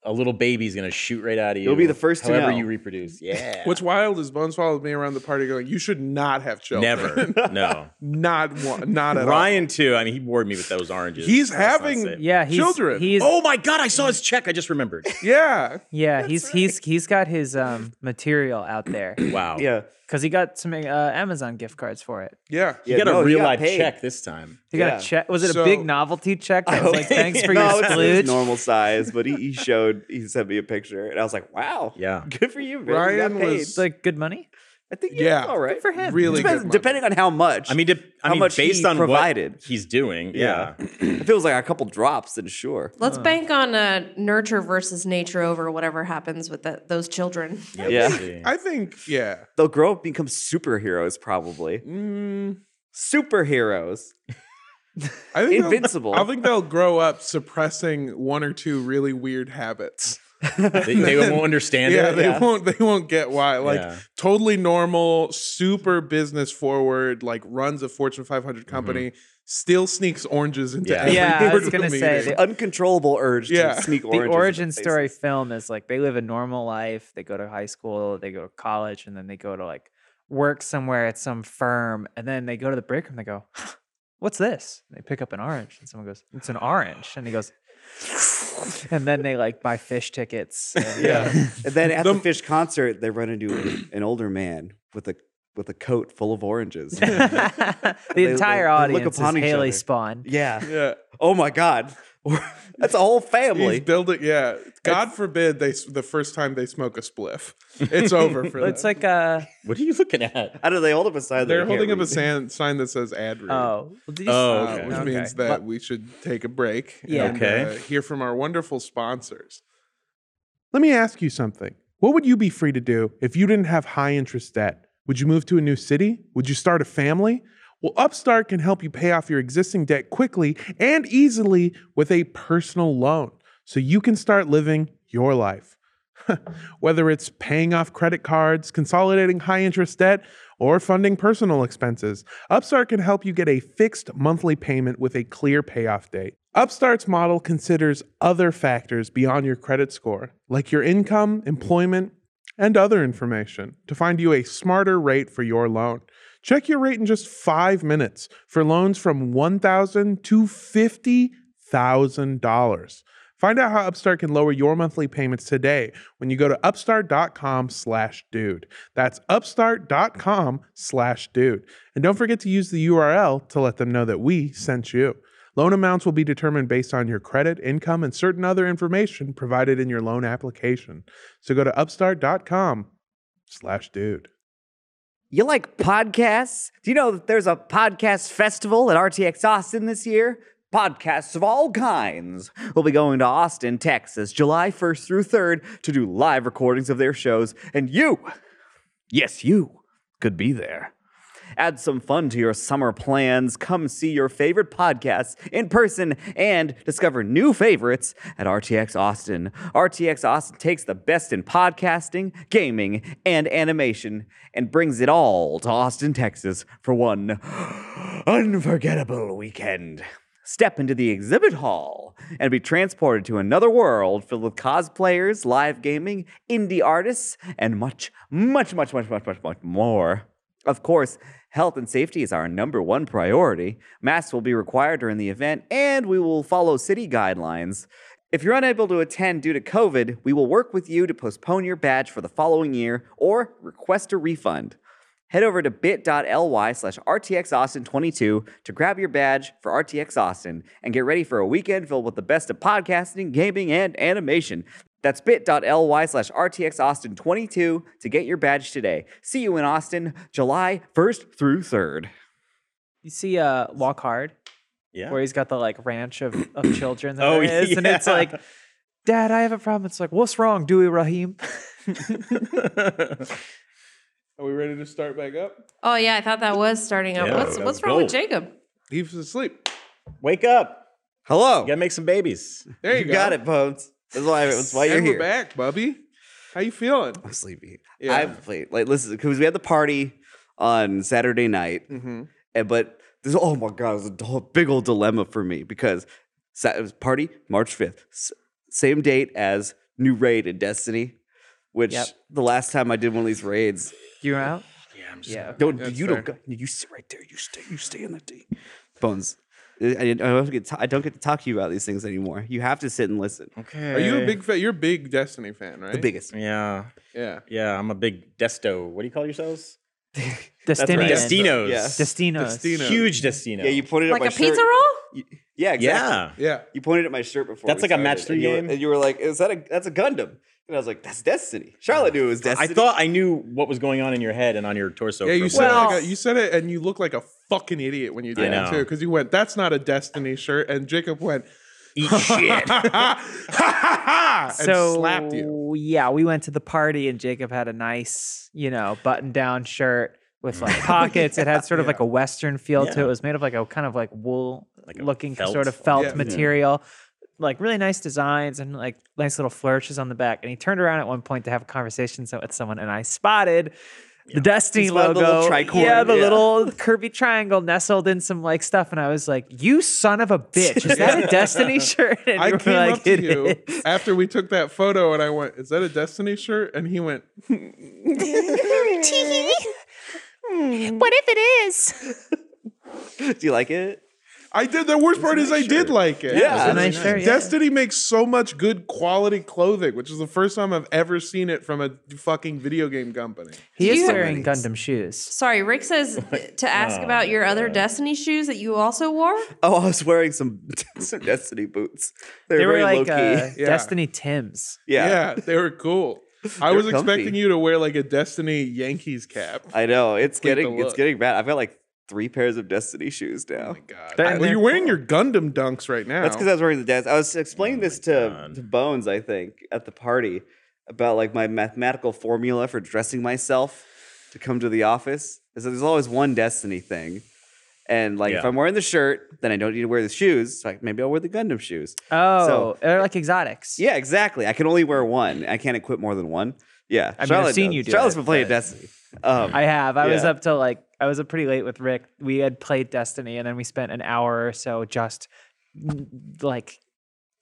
A little baby's gonna shoot right out of you. You'll be the first to however know. you reproduce. Yeah. What's wild is Bones followed me around the party going, "You should not have children. never? no. not one, not at all." Ryan too. I mean, he bored me with those oranges. He's That's not having- safe. Yeah, he's, Children. He's Oh my god! I saw his check. I just remembered. Yeah, yeah, he's he's he's got his um material out there Wow. Yeah. because he got some uh, Amazon gift cards for it. yeah. You got no, a he real life paid. check this time. He Yeah. got a check. Was it So- a big novelty check? That was like, thanks for no, your it's his splooge. normal size, but he, he showed. He sent me a picture, and I was like, "Wow, Yeah. good for you, man. Ryan you got paid. was- It's like good money. I think Yeah. yeah, all right Good for him. Really Depends- good money. depending on how much. I mean, de- I How mean, much based he on what provided. he's doing. Yeah. if it was like a couple drops, then sure. Let's bank on uh, nurture versus nature over whatever happens with the, those children. Yeah. we'll see. I think yeah. They'll grow up, and become superheroes, probably. Mm, Superheroes. I think they'll- Invincible. I think they'll grow up suppressing one or two really weird habits. they, they won't understand yeah, it. they won't. They won't get why. Like Yeah. totally normal, super business forward. Like runs a Fortune 500 company. Still sneaks oranges into Yeah. every Yeah, I was boardroom gonna say, meeting. they- The uncontrollable urge Yeah. to sneak The oranges. in origin places. story film is like they live a normal life. They go to high school, they go to college, and then they go to like work somewhere at some firm, and then they go to the break room. They go, "What's this?" And they pick up an orange, and someone goes, "It's an orange," and he goes, and then they like buy fish tickets. and, Yeah. And then at The- the, fish concert, they run into a- an older man with a with a coat full of oranges. the they- entire they look audience is upon each Haley other. Spawn. yeah. yeah. Oh my God. That's a whole family. He's building, yeah. God forbid they s- the first time they smoke a spliff, it's over for them. It's like uh, a What are you looking at? How do they hold up a sign? they're holding up a sand, sign that says "ad read," oh, well, did you- Oh, uh, okay. which Okay. means that we should take a break. Yeah. and, Okay. uh, hear from our wonderful sponsors. Let me ask you something. What would you be free to do if you didn't have high interest debt? Would you move to a new city? Would you start a family? Well, Upstart can help you pay off your existing debt quickly and easily with a personal loan so you can start living your life. Whether it's paying off credit cards, consolidating high interest debt, or funding personal expenses, Upstart can help you get a fixed monthly payment with a clear payoff date. Upstart's model considers other factors beyond your credit score, like your income, employment, and other information to find you a smarter rate for your loan. Check your rate in just five minutes for loans from $1,000 to $50,000. Find out how Upstart can lower your monthly payments today when you go to upstart.com slash dude. That's upstart.com slash dude. And don't forget to use the URL to let them know that we sent you. Loan amounts will be determined based on your credit, income, and certain other information provided in your loan application. So go to upstart.com slash dude. You like podcasts? Do you know that there's a podcast festival at RTX Austin this year? Podcasts of all kinds will be going to Austin, Texas, July 1st through 3rd to do live recordings of their shows, and you, yes, you, could be there. Add some fun to your summer plans. Come see your favorite podcasts in person and discover new favorites at RTX Austin. RTX Austin takes the best in podcasting, gaming, and animation and brings it all to Austin, Texas for one unforgettable weekend. Step into the exhibit hall and be transported to another world filled with cosplayers, live gaming, indie artists, and much, much, much, much, much, much, much more. Of course, health and safety is our number one priority. Masks will be required during the event, and we will follow city guidelines. If you're unable to attend due to COVID, we will work with you to postpone your badge for the following year or request a refund. Head over to bit.ly slash RTXAustin22 to grab your badge for RTX Austin and get ready for a weekend filled with the best of podcasting, gaming, and animation. That's bit.ly slash RTXAustin22 to get your badge today. See you in Austin, July 1st through 3rd. you see, uh, Walk Hard. Yeah. where he's got the like ranch of, of children that Oh, there is, and it's yeah. like, Dad, I have a problem. It's like, what's wrong, Dewey Rahim? Are we ready to start back up? Oh yeah, I thought that was starting up. Yeah, what's that what's was wrong with gold. Jacob? He's asleep. Wake up. Hello. You gotta make some babies. There you, got it, Bones. That's why. That's why you're and here. we're back, Bubby. How you feeling? I'm sleepy. Yeah. I've played like listen because we had the party on Saturday night, and but this oh my god, it was a d- big old dilemma for me because sa- it was party March fifth, s- same date as new raid in Destiny, which Yep. the last time I did one of these raids, You were out? Yeah, I'm just Yeah. don't That's you don't fair. go, you sit right there, you stay, you stay in that date. Bones, I, I don't get to, I don't get to talk to you about these things anymore. You have to sit and listen. okay. Are you a big fan? You're a big Destiny fan, right? The biggest. Yeah, Yeah. yeah. I'm a big Desto. What do you call yourselves? Destinian. right. Destinos. Yeah. Destinos. Destino. Huge Destino. Yeah, you pointed Like at my a pizza shirt. roll? Y- Yeah, exactly. Yeah. Yeah. You pointed at my shirt before. That's we like a match started, and three you were- game? and you were like, "Is that a that's a Gundam?" And I was like, "That's Destiny." Charlotte knew it was Destiny. I thought I knew what was going on in your head and on your torso. Yeah, for you a said it while. like a, you said it, and you look like a fucking idiot when you did know. it too, because you went, "That's not a Destiny shirt," and Jacob went, eat shit. "Ha ha ha ha," and so slapped you. Yeah, we went to the party and Jacob had a nice, you know, button-down shirt with like pockets. It had sort of like a western feel to it. It was made of like a kind of like wool Like a looking felt. sort of felt Yeah. material. Like really nice designs and like nice little flourishes on the back. And he turned around at one point to have a conversation so- with someone and I spotted the Destiny He spotted logo. the little tricorn, yeah, the yeah. little curvy triangle nestled in some like stuff. And I was like, You son of a bitch, is that a Destiny shirt? And I you were came like, up to "It you is." after we took that photo, and I went, "Is that a Destiny shirt?" And he went, What if it is? Do you like it? "I did." The worst part is, I did like it. Yeah. It's a nice shirt, yeah. Destiny makes so much good quality clothing, which is the first time I've ever seen it from a fucking video game company. He is you- wearing Gundam shoes. Sorry, Rick says to ask about your other Destiny shoes that you also wore. Oh, I was wearing some some Destiny boots. They were, They were very like low uh, key. Yeah. Destiny Tims. yeah. Yeah, they were cool. I was comfy. expecting you to wear like a Destiny Yankees cap. I know it's Complete the getting it's look. getting bad. I've got like three pairs of Destiny shoes now. God. They're- well, they're you're wearing your Gundam dunks right now. That's because I was wearing the Destiny. I was explaining this to, God. to Bones, I think, at the party about like my mathematical formula for dressing myself to come to the office. Is that there's always one Destiny thing. And like if Yeah. I'm wearing the shirt, then I don't need to wear the shoes. So like maybe I'll wear the Gundam shoes. Oh, So- they're like exotics. Yeah, exactly. I can only wear one. I can't equip more than one. Yeah, I've Charlotte seen does. you do Charlotte's it, been playing but- Destiny. Um, I have. I was Yeah. up till like I was up pretty late with Rick. We had played Destiny, and then we spent an hour or so just mm, like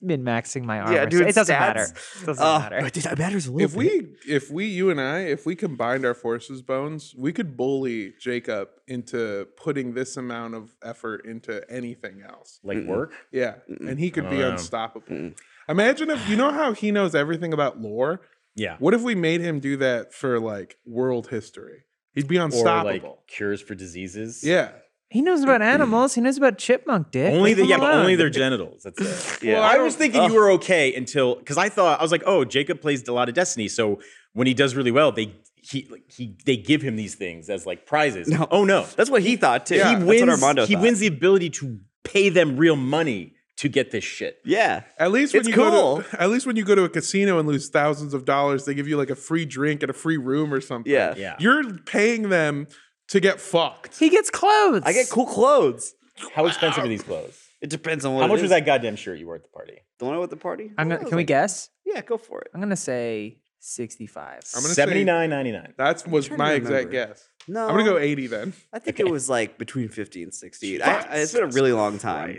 min maxing my armor. yeah, So dude, it doesn't stats. matter. It doesn't Uh, matter. But it matters a little. if we, if we, you and I, if we combined our forces, Bones, we could bully Jacob into putting this amount of effort into anything else. like work. Yeah, and he could be Oh, yeah. unstoppable. Imagine if you know how he knows everything about lore. Yeah. What if we made him do that for like world history? He'd be Or unstoppable. like cures for diseases. yeah. he knows about animals. He knows about chipmunk dick. Only Leave the him yeah, but only alone. their genitals. That's it. Yeah. Well, I was thinking you were okay until because I thought I was like, oh, Jacob plays a lot of Destiny, so when he does really well, they he like, he they give him these things as like prizes. Oh no, That's what he thought too. Yeah. He That's wins. what wins, That's what Armando he thought. wins the ability to pay them real money to get this shit. Yeah, At least when It's you go cool. to, at least when you go to a casino and lose thousands of dollars, they give you like a free drink and a free room or something. Yeah. Yeah. You're paying them to get fucked. he gets clothes. I get cool clothes. How expensive are these clothes? It depends on what. How it much is. was that goddamn shirt you wore at the party? Don't know what the party. I'm gonna, Well, it was can we like- guess? Yeah, go for it. I'm gonna say sixty-five. I'm gonna say- Seventy nine ninety nine. That was trying to my remember. Um, exact guess. No, I'm gonna go 80 then. I think it was like between 50 and 60. I, I- it's been a really long time,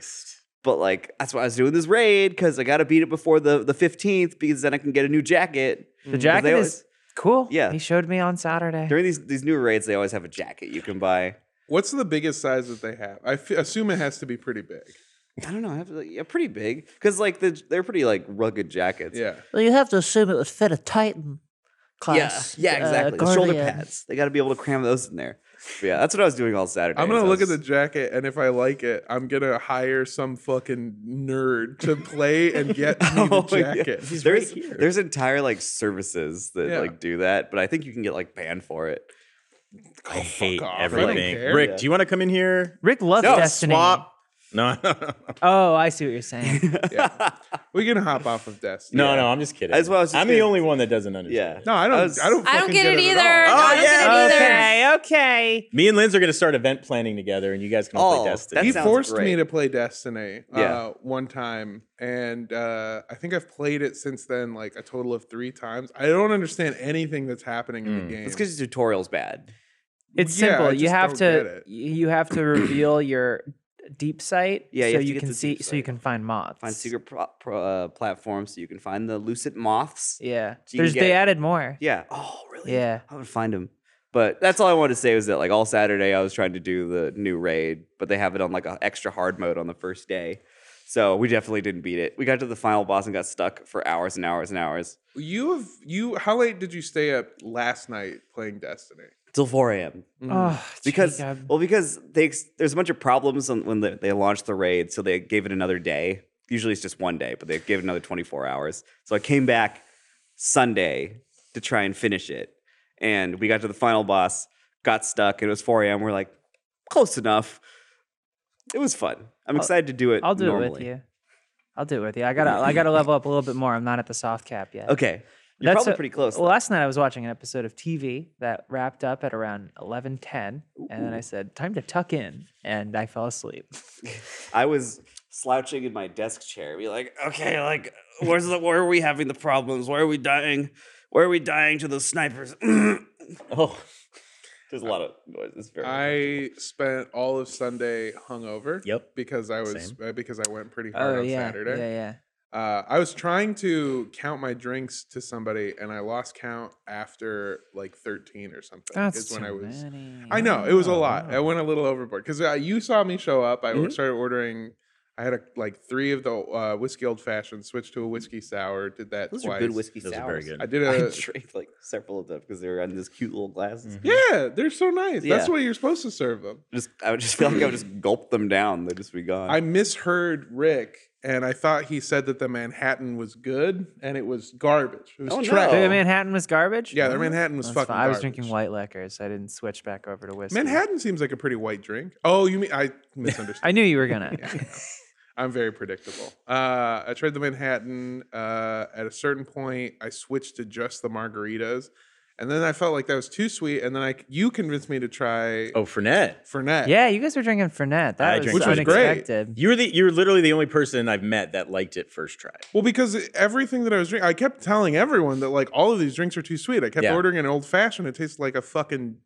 but like that's why I was doing this raid because I got to beat it before the the 15th because then I can get a new jacket. The jacket always- is cool. Yeah. he showed me on Saturday. During these these new raids, they always have a jacket you can buy. What's the biggest size that they have? I f- assume it has to be pretty big. I don't know, I have like, yeah, pretty big because like the, they're pretty like rugged jackets. Yeah. Well, you have to assume it would fit a Titan yeah, class. yeah, uh, exactly. the shoulder Guardian. pads, they got to be able to cram those in there. But yeah, that's what I was doing all Saturday. I'm gonna is I look at was- the jacket, and if I like it, I'm gonna hire some fucking nerd to play and get me the Oh, yeah. jacket. There's there's entire like services that Yeah. like do that, but I think you can get like banned for it. I hate off. I don't everything. care. Rick, Yeah. do you want to come in here? Rick loves No, Destiny. swap. No, no, Oh, I see what you're saying. We can hop off of Destiny. no, no. I'm just kidding. That's what I was just am the kidding. only one that doesn't understand. Yeah. No, I don't. I, I was- don't. I don't fucking get it either. at all. No, I don't yeah. get it either. okay. Me and Linz are going to start event planning together, and you guys can all Oh, play Destiny. that he sounds forced me great. to play Destiny uh, Yeah. one time, and uh, I think I've played it since then like a total of three times. I don't understand anything that's happening in the game. Hmm. It's because the tutorial's bad. It's Yeah, I simple. You just have don't get to it. you have to reveal your deep site Yeah, you so have to you get can the see deep so you site. can find moths. Find secret pro- pro- uh, platforms so you can find the lucid moths. Yeah. So you can There's they get- added more. Yeah. Oh, really? Yeah. I would find him. But that's all I wanted to say was that like all Saturday I was trying to do the new raid, but they have it on like an extra hard mode on the first day. So we definitely didn't beat it. We got to the final boss and got stuck for hours and hours and hours you have you. How late did you stay up last night playing Destiny? till 4 a.m. Oh, Because Jacob. well, because they ex- there's a bunch of problems on, when the, they launched the raid, so they gave it another day. Usually it's just one day, but they gave it another 24 hours. So I came back Sunday to try and finish it, and we got to the final boss, got stuck, and it was 4 a.m. We're like, close enough. It was fun. I'm excited to do it. I'll do normally. it with you. I'll do it with you. I gotta I gotta level up a little bit more. I'm not at the soft cap yet. Okay, you're probably what- pretty close. Well, last night I was watching an episode of TV that wrapped up at around eleven ten, and then I said, "Time to tuck in," and I fell asleep. I was slouching in my desk chair, be like, okay, like, where's the where are we having the problems? Where are we dying? Where are we dying to those snipers? oh, there's a lot of noise. It's very. I spent all of Sunday hungover. Yep. Because I was Same. uh, because I went pretty hard Oh on yeah, Saturday. yeah, yeah. Uh, I was trying to count my drinks to somebody, and I lost count after like 13 or something. That's is when too I was. many. Oh, I know it was a lot. I went a little overboard because uh, you saw me show up. I Mm-hmm. started ordering. I had a, like three of the uh, whiskey old fashioned, switched to a whiskey sour, did that those are twice. good whiskey Those sours. are very good. I did I a drank like several of them because they were in this cute little glasses. Mm-hmm. yeah. They're so nice. Yeah. That's what you're supposed to serve them. Just, I would just feel like I would just gulp them down. They'd just be gone. I misheard Rick, and I thought he said that the Manhattan was good, and it was garbage. It was Oh, trash. no. Dude, Manhattan was garbage. Yeah, their Manhattan was That's fucking. fine. I was garbage. drinking white liquors. I didn't switch back over to whiskey. Manhattan seems like a pretty white drink. Oh, you mean I misunderstood. I knew you were gonna. I'm very predictable. Uh, I tried the Manhattan. Uh, at a certain point, I switched to just the margaritas, and then I felt like that was too sweet. And then I, you convinced me to try Oh, Fernet. Fernet. Yeah, you guys were drinking Fernet. That I was drank Which was great. unexpected. You're the you're literally the only person I've met that liked it first try. Well, because everything that I was drinking, I kept telling everyone that like all of these drinks are too sweet. I kept Yeah. ordering an old fashioned. It tasted like a fucking,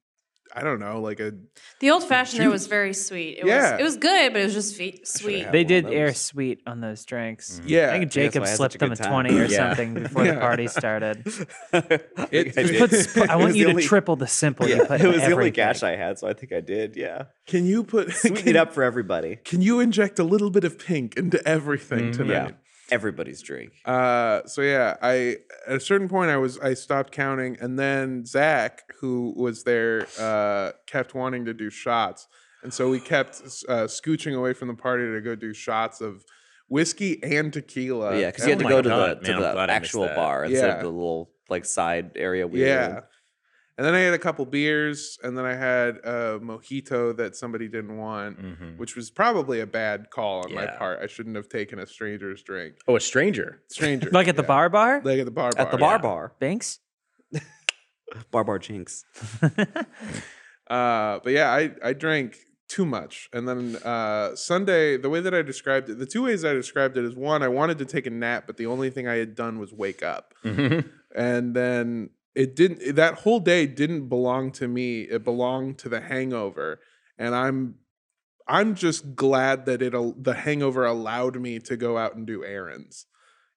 I don't know, like a The old fashioned there was very sweet. It Yeah. was it was good, but it was just fe- sweet. had They one did of air those. sweet on those drinks. yeah. I think that's why I Jacob had such slipped a them a good twenty or Yeah. something before Yeah. the party started. it, It- Put sp- I It want was you the to only- triple the simple Yeah, you put. it was the in only everything. gash I had, so I think I did. Yeah, Can you put sweeten can, it up for everybody. Can you inject a little bit of pink into everything Mm-hmm. Yeah, tonight? everybody's drink. Uh, so yeah, I at a certain point I was I stopped counting, and then Zach, who was there, uh, kept wanting to do shots, and so we kept uh, scooching away from the party to go do shots of whiskey and tequila. yeah, because you And had to Uh, oh go my to God, the man, I'm to glad the I missed actual that. bar instead Yeah. of the little like side area. We were in. Yeah. And then I had a couple beers, and then I had a mojito that somebody didn't want, which was probably a bad call on my Yeah. part. I shouldn't have taken a stranger's drink. Oh, a stranger. Stranger. Like at the yeah. bar bar? Like at the bar. at the bar bar. Banks? Bar bar jinx. Uh, but yeah, I, I drank too much. And then uh, Sunday, the way that I described it, the two ways I described it is one, I wanted to take a nap, but the only thing I had done was wake up. And then it didn't, that whole day didn't belong to me. It belonged to the hangover. And I'm, I'm just glad that it al- the hangover allowed me to go out and do errands.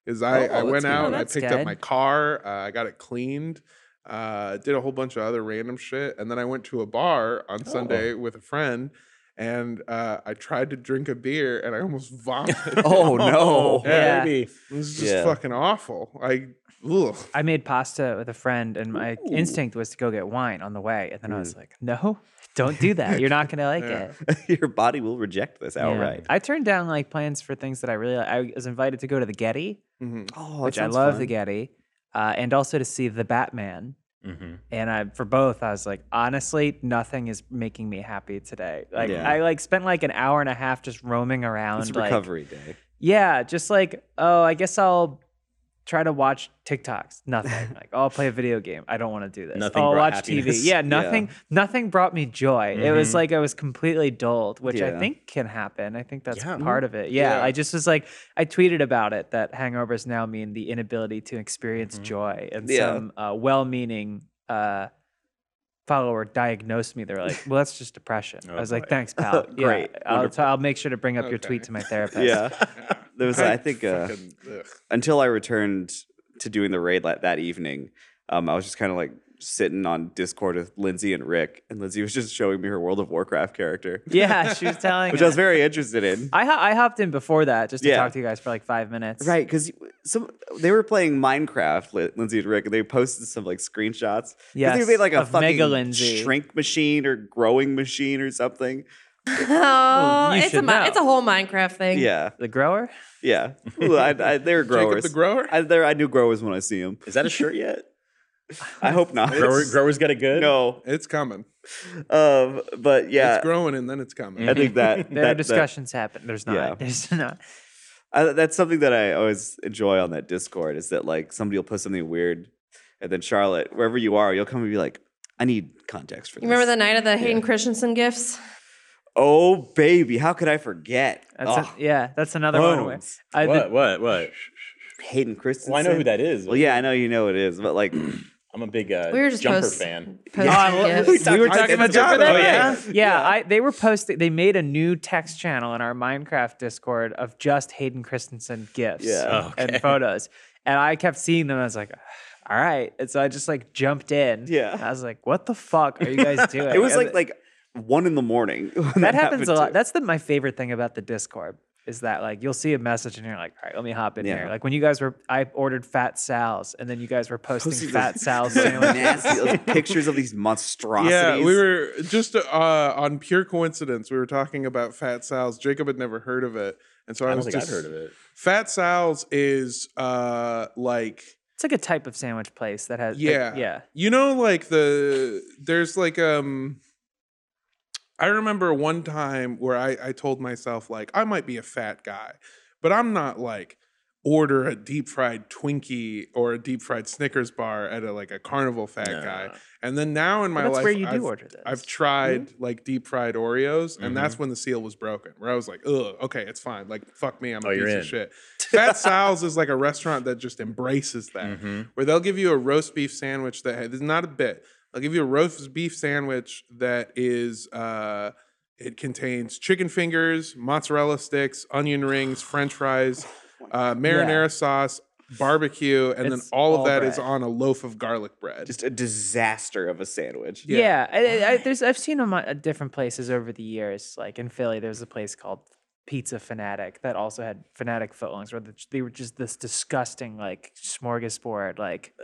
Because I, Oh, I that's went good. out, Oh, I that's picked up good. my car, uh, I got it cleaned, uh, did a whole bunch of other random shit, and then I went to a bar on Oh. Sunday with a friend, and uh, I tried to drink a beer, and I almost vomited. Oh no. Yeah. Maybe. It was just Yeah. fucking awful. I, ugh. I made pasta with a friend, and my instinct was to go get wine on the way, and then I Mm. was like, "No, don't do that. You're not gonna like it." Your body will reject this Yeah. outright. I turned down like plans for things that I really. I was invited to go to the Getty, Oh, that which I sounds love fun. the Getty, uh, and also to see the Batman. Mm-hmm. And I, for both, I was like, honestly, nothing is making me happy today. Like, Yeah. I like spent like an hour and a half just roaming around. It's like, recovery day. yeah, just like, oh, I guess I'll try to watch TikToks. Nothing. like, oh, I'll play a video game. I don't want to do this. Nothing oh, I'll brought watch TV. happiness. Yeah, nothing. Nothing brought me joy. It was like I was completely dulled, which I Yeah. think can happen. I think that's Yeah. part of it. Yeah, Yeah. I just was like, I tweeted about it that hangovers now mean the inability to experience joy, and Yeah. some uh, well-meaning. Uh, follower diagnosed me they're like well that's just depression i was like thanks pal Great. yeah, I'll, t- I'll make sure to bring up your Okay. tweet to my therapist Yeah. There was, I think, uh, fucking- ugh. until I returned to doing the raid la- that evening, um, I was just kind of like sitting on Discord with Lindsay and Rick, and Lindsay was just showing me her World of Warcraft character, Yeah, she was telling. which I was us. very interested in. I ho- I hopped in before that just to Yeah. talk to you guys for like five minutes. Right, because some they were playing Minecraft, Lin- Lindsay and Rick, and they posted some like screenshots. 'Cause they Yes, made like a of fucking Mega Lindsay. shrink machine or growing machine or something. Oh, you it's a should mi- know. it's a whole Minecraft thing. Yeah, The grower. yeah. Ooh, I, I, they were Jacob growers. the grower. I, they're- I knew growers when I see them. Is that a shirt yet? I hope not. Grower, growers got a good. no, It's coming. um, but yeah, It's growing and then it's coming. I think that There are that, that discussions happen. There's not. Yeah. There's not. I, that's something that I always enjoy on that Discord is that like somebody will post something weird, and then Charlotte, wherever you are, you'll come and be like, "I need context for You this." remember the night of the Hayden Christensen gifts? Oh baby, how could I forget? That's oh, a, yeah. That's another one. Where Bones. I, What? the, What? What? Hayden Christensen. Well, I know who that is. Well, yeah, I know you know it is, but like, I'm a big uh, We were just jumper post- fan. Posting gifs. we were talking about about Java Java that that day. Yeah, I, they were posting. They made a new text channel in our Minecraft Discord of just Hayden Christensen gifs Yeah. Oh, okay. and photos, and I kept seeing them. And I was like. All right, and so I just like jumped in. Yeah. I was like, "What the fuck are you guys doing?" it was And like like one in the morning. when Oh, that happens a happened, lot. too. That's the my favorite thing about the Discord is that like you'll see a message and you're like, all right, let me hop in Yeah. here. Like when you guys were, I ordered fat Sal's and then you guys were posting Posting those- fat Sal's sandwiches. nasty those pictures of these monstrosities. Yeah, we were just uh, on pure coincidence. We were talking about Fat Sal's. Jacob had never heard of it, and so I, I don't was think just I've heard of it. Fat Sal's is uh like It's like a type of sandwich place that has, like, yeah yeah, you know like the there's like um. I remember one time where I, I told myself like I might be a fat guy, but I'm not like order a deep fried Twinkie or a deep fried Snickers bar at a like a carnival fat No. guy. And then now in my Well, that's life, where you do I've- order Mm-hmm. those. I've tried like deep fried Oreos, and that's when the seal was broken. Where I was like, "Ugh, okay, it's fine. Like, fuck me, I'm a Oh, you're piece in. of shit." Fat Sal's is like a restaurant that just embraces that, Mm-hmm. where they'll give you a roast beef sandwich that this is not a bit. They'll give you a roast beef sandwich that is. uh it contains chicken fingers, mozzarella sticks, onion rings, French fries, uh, marinara sauce, barbecue, and then It's all of all that is bread. on a loaf of garlic bread. just a disaster of a sandwich. yeah. I, I, I, there's I've seen them at different places over the years. Like in Philly, there was a place called Pizza Fanatic that also had Fanatic footlongs, where the, they were just this disgusting like smorgasbord, like.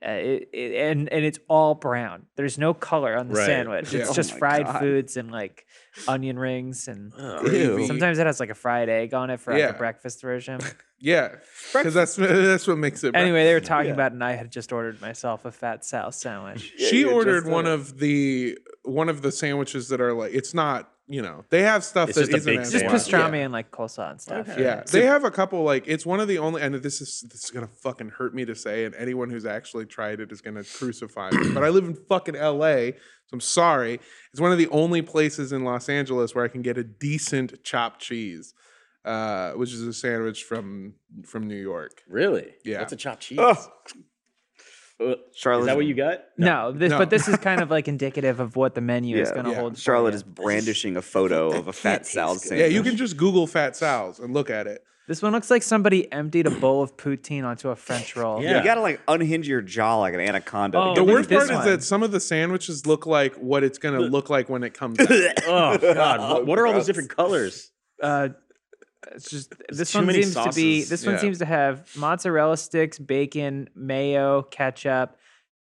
Uh, it, it, and and it's all brown. There's no color on the Right. sandwich. Yeah. It's Oh just my fried God. foods and like onion rings and Ew. sometimes it has like a fried egg on it for like Yeah. a breakfast version. Yeah, because that's that's what makes it. anyway, they were talking about it and I had just ordered myself a fat Sal sandwich. she you ordered just did one it. of the one of the sandwiches that are like it's not you know they have stuff It's that just a isn't big as Just Yeah. wild. pastrami and like coleslaw and stuff. Yeah, Yeah. they have a couple like it's one of the only and this is this is gonna fucking hurt me to say and anyone who's actually tried it is gonna crucify me. But I live in fucking L.A. So I'm sorry. It's one of the only places in Los Angeles where I can get a decent chopped cheese, uh, which is a sandwich from from New York. Really? Yeah. That's a chopped cheese. Oh. Uh, Charlotte Is that what you got? No, this, No. but this is kind of like indicative of what the menu is Yeah. going to Yeah. hold. for Charlotte you. is brandishing a photo of a fat salad sandwich. Yeah, you can just Google Fat Sal's and look at it. This one looks like somebody emptied a bowl of poutine onto a French roll. Yeah. You gotta like unhinge your jaw like an anaconda. to Oh, get The Look at worst this part is one. that some of the sandwiches look like what it's going to look like when it comes out. Oh God! What, what are all those different colors? Uh, it's just this too one many seems to be. sauces. This one Yeah. seems to have mozzarella sticks, bacon, mayo, ketchup,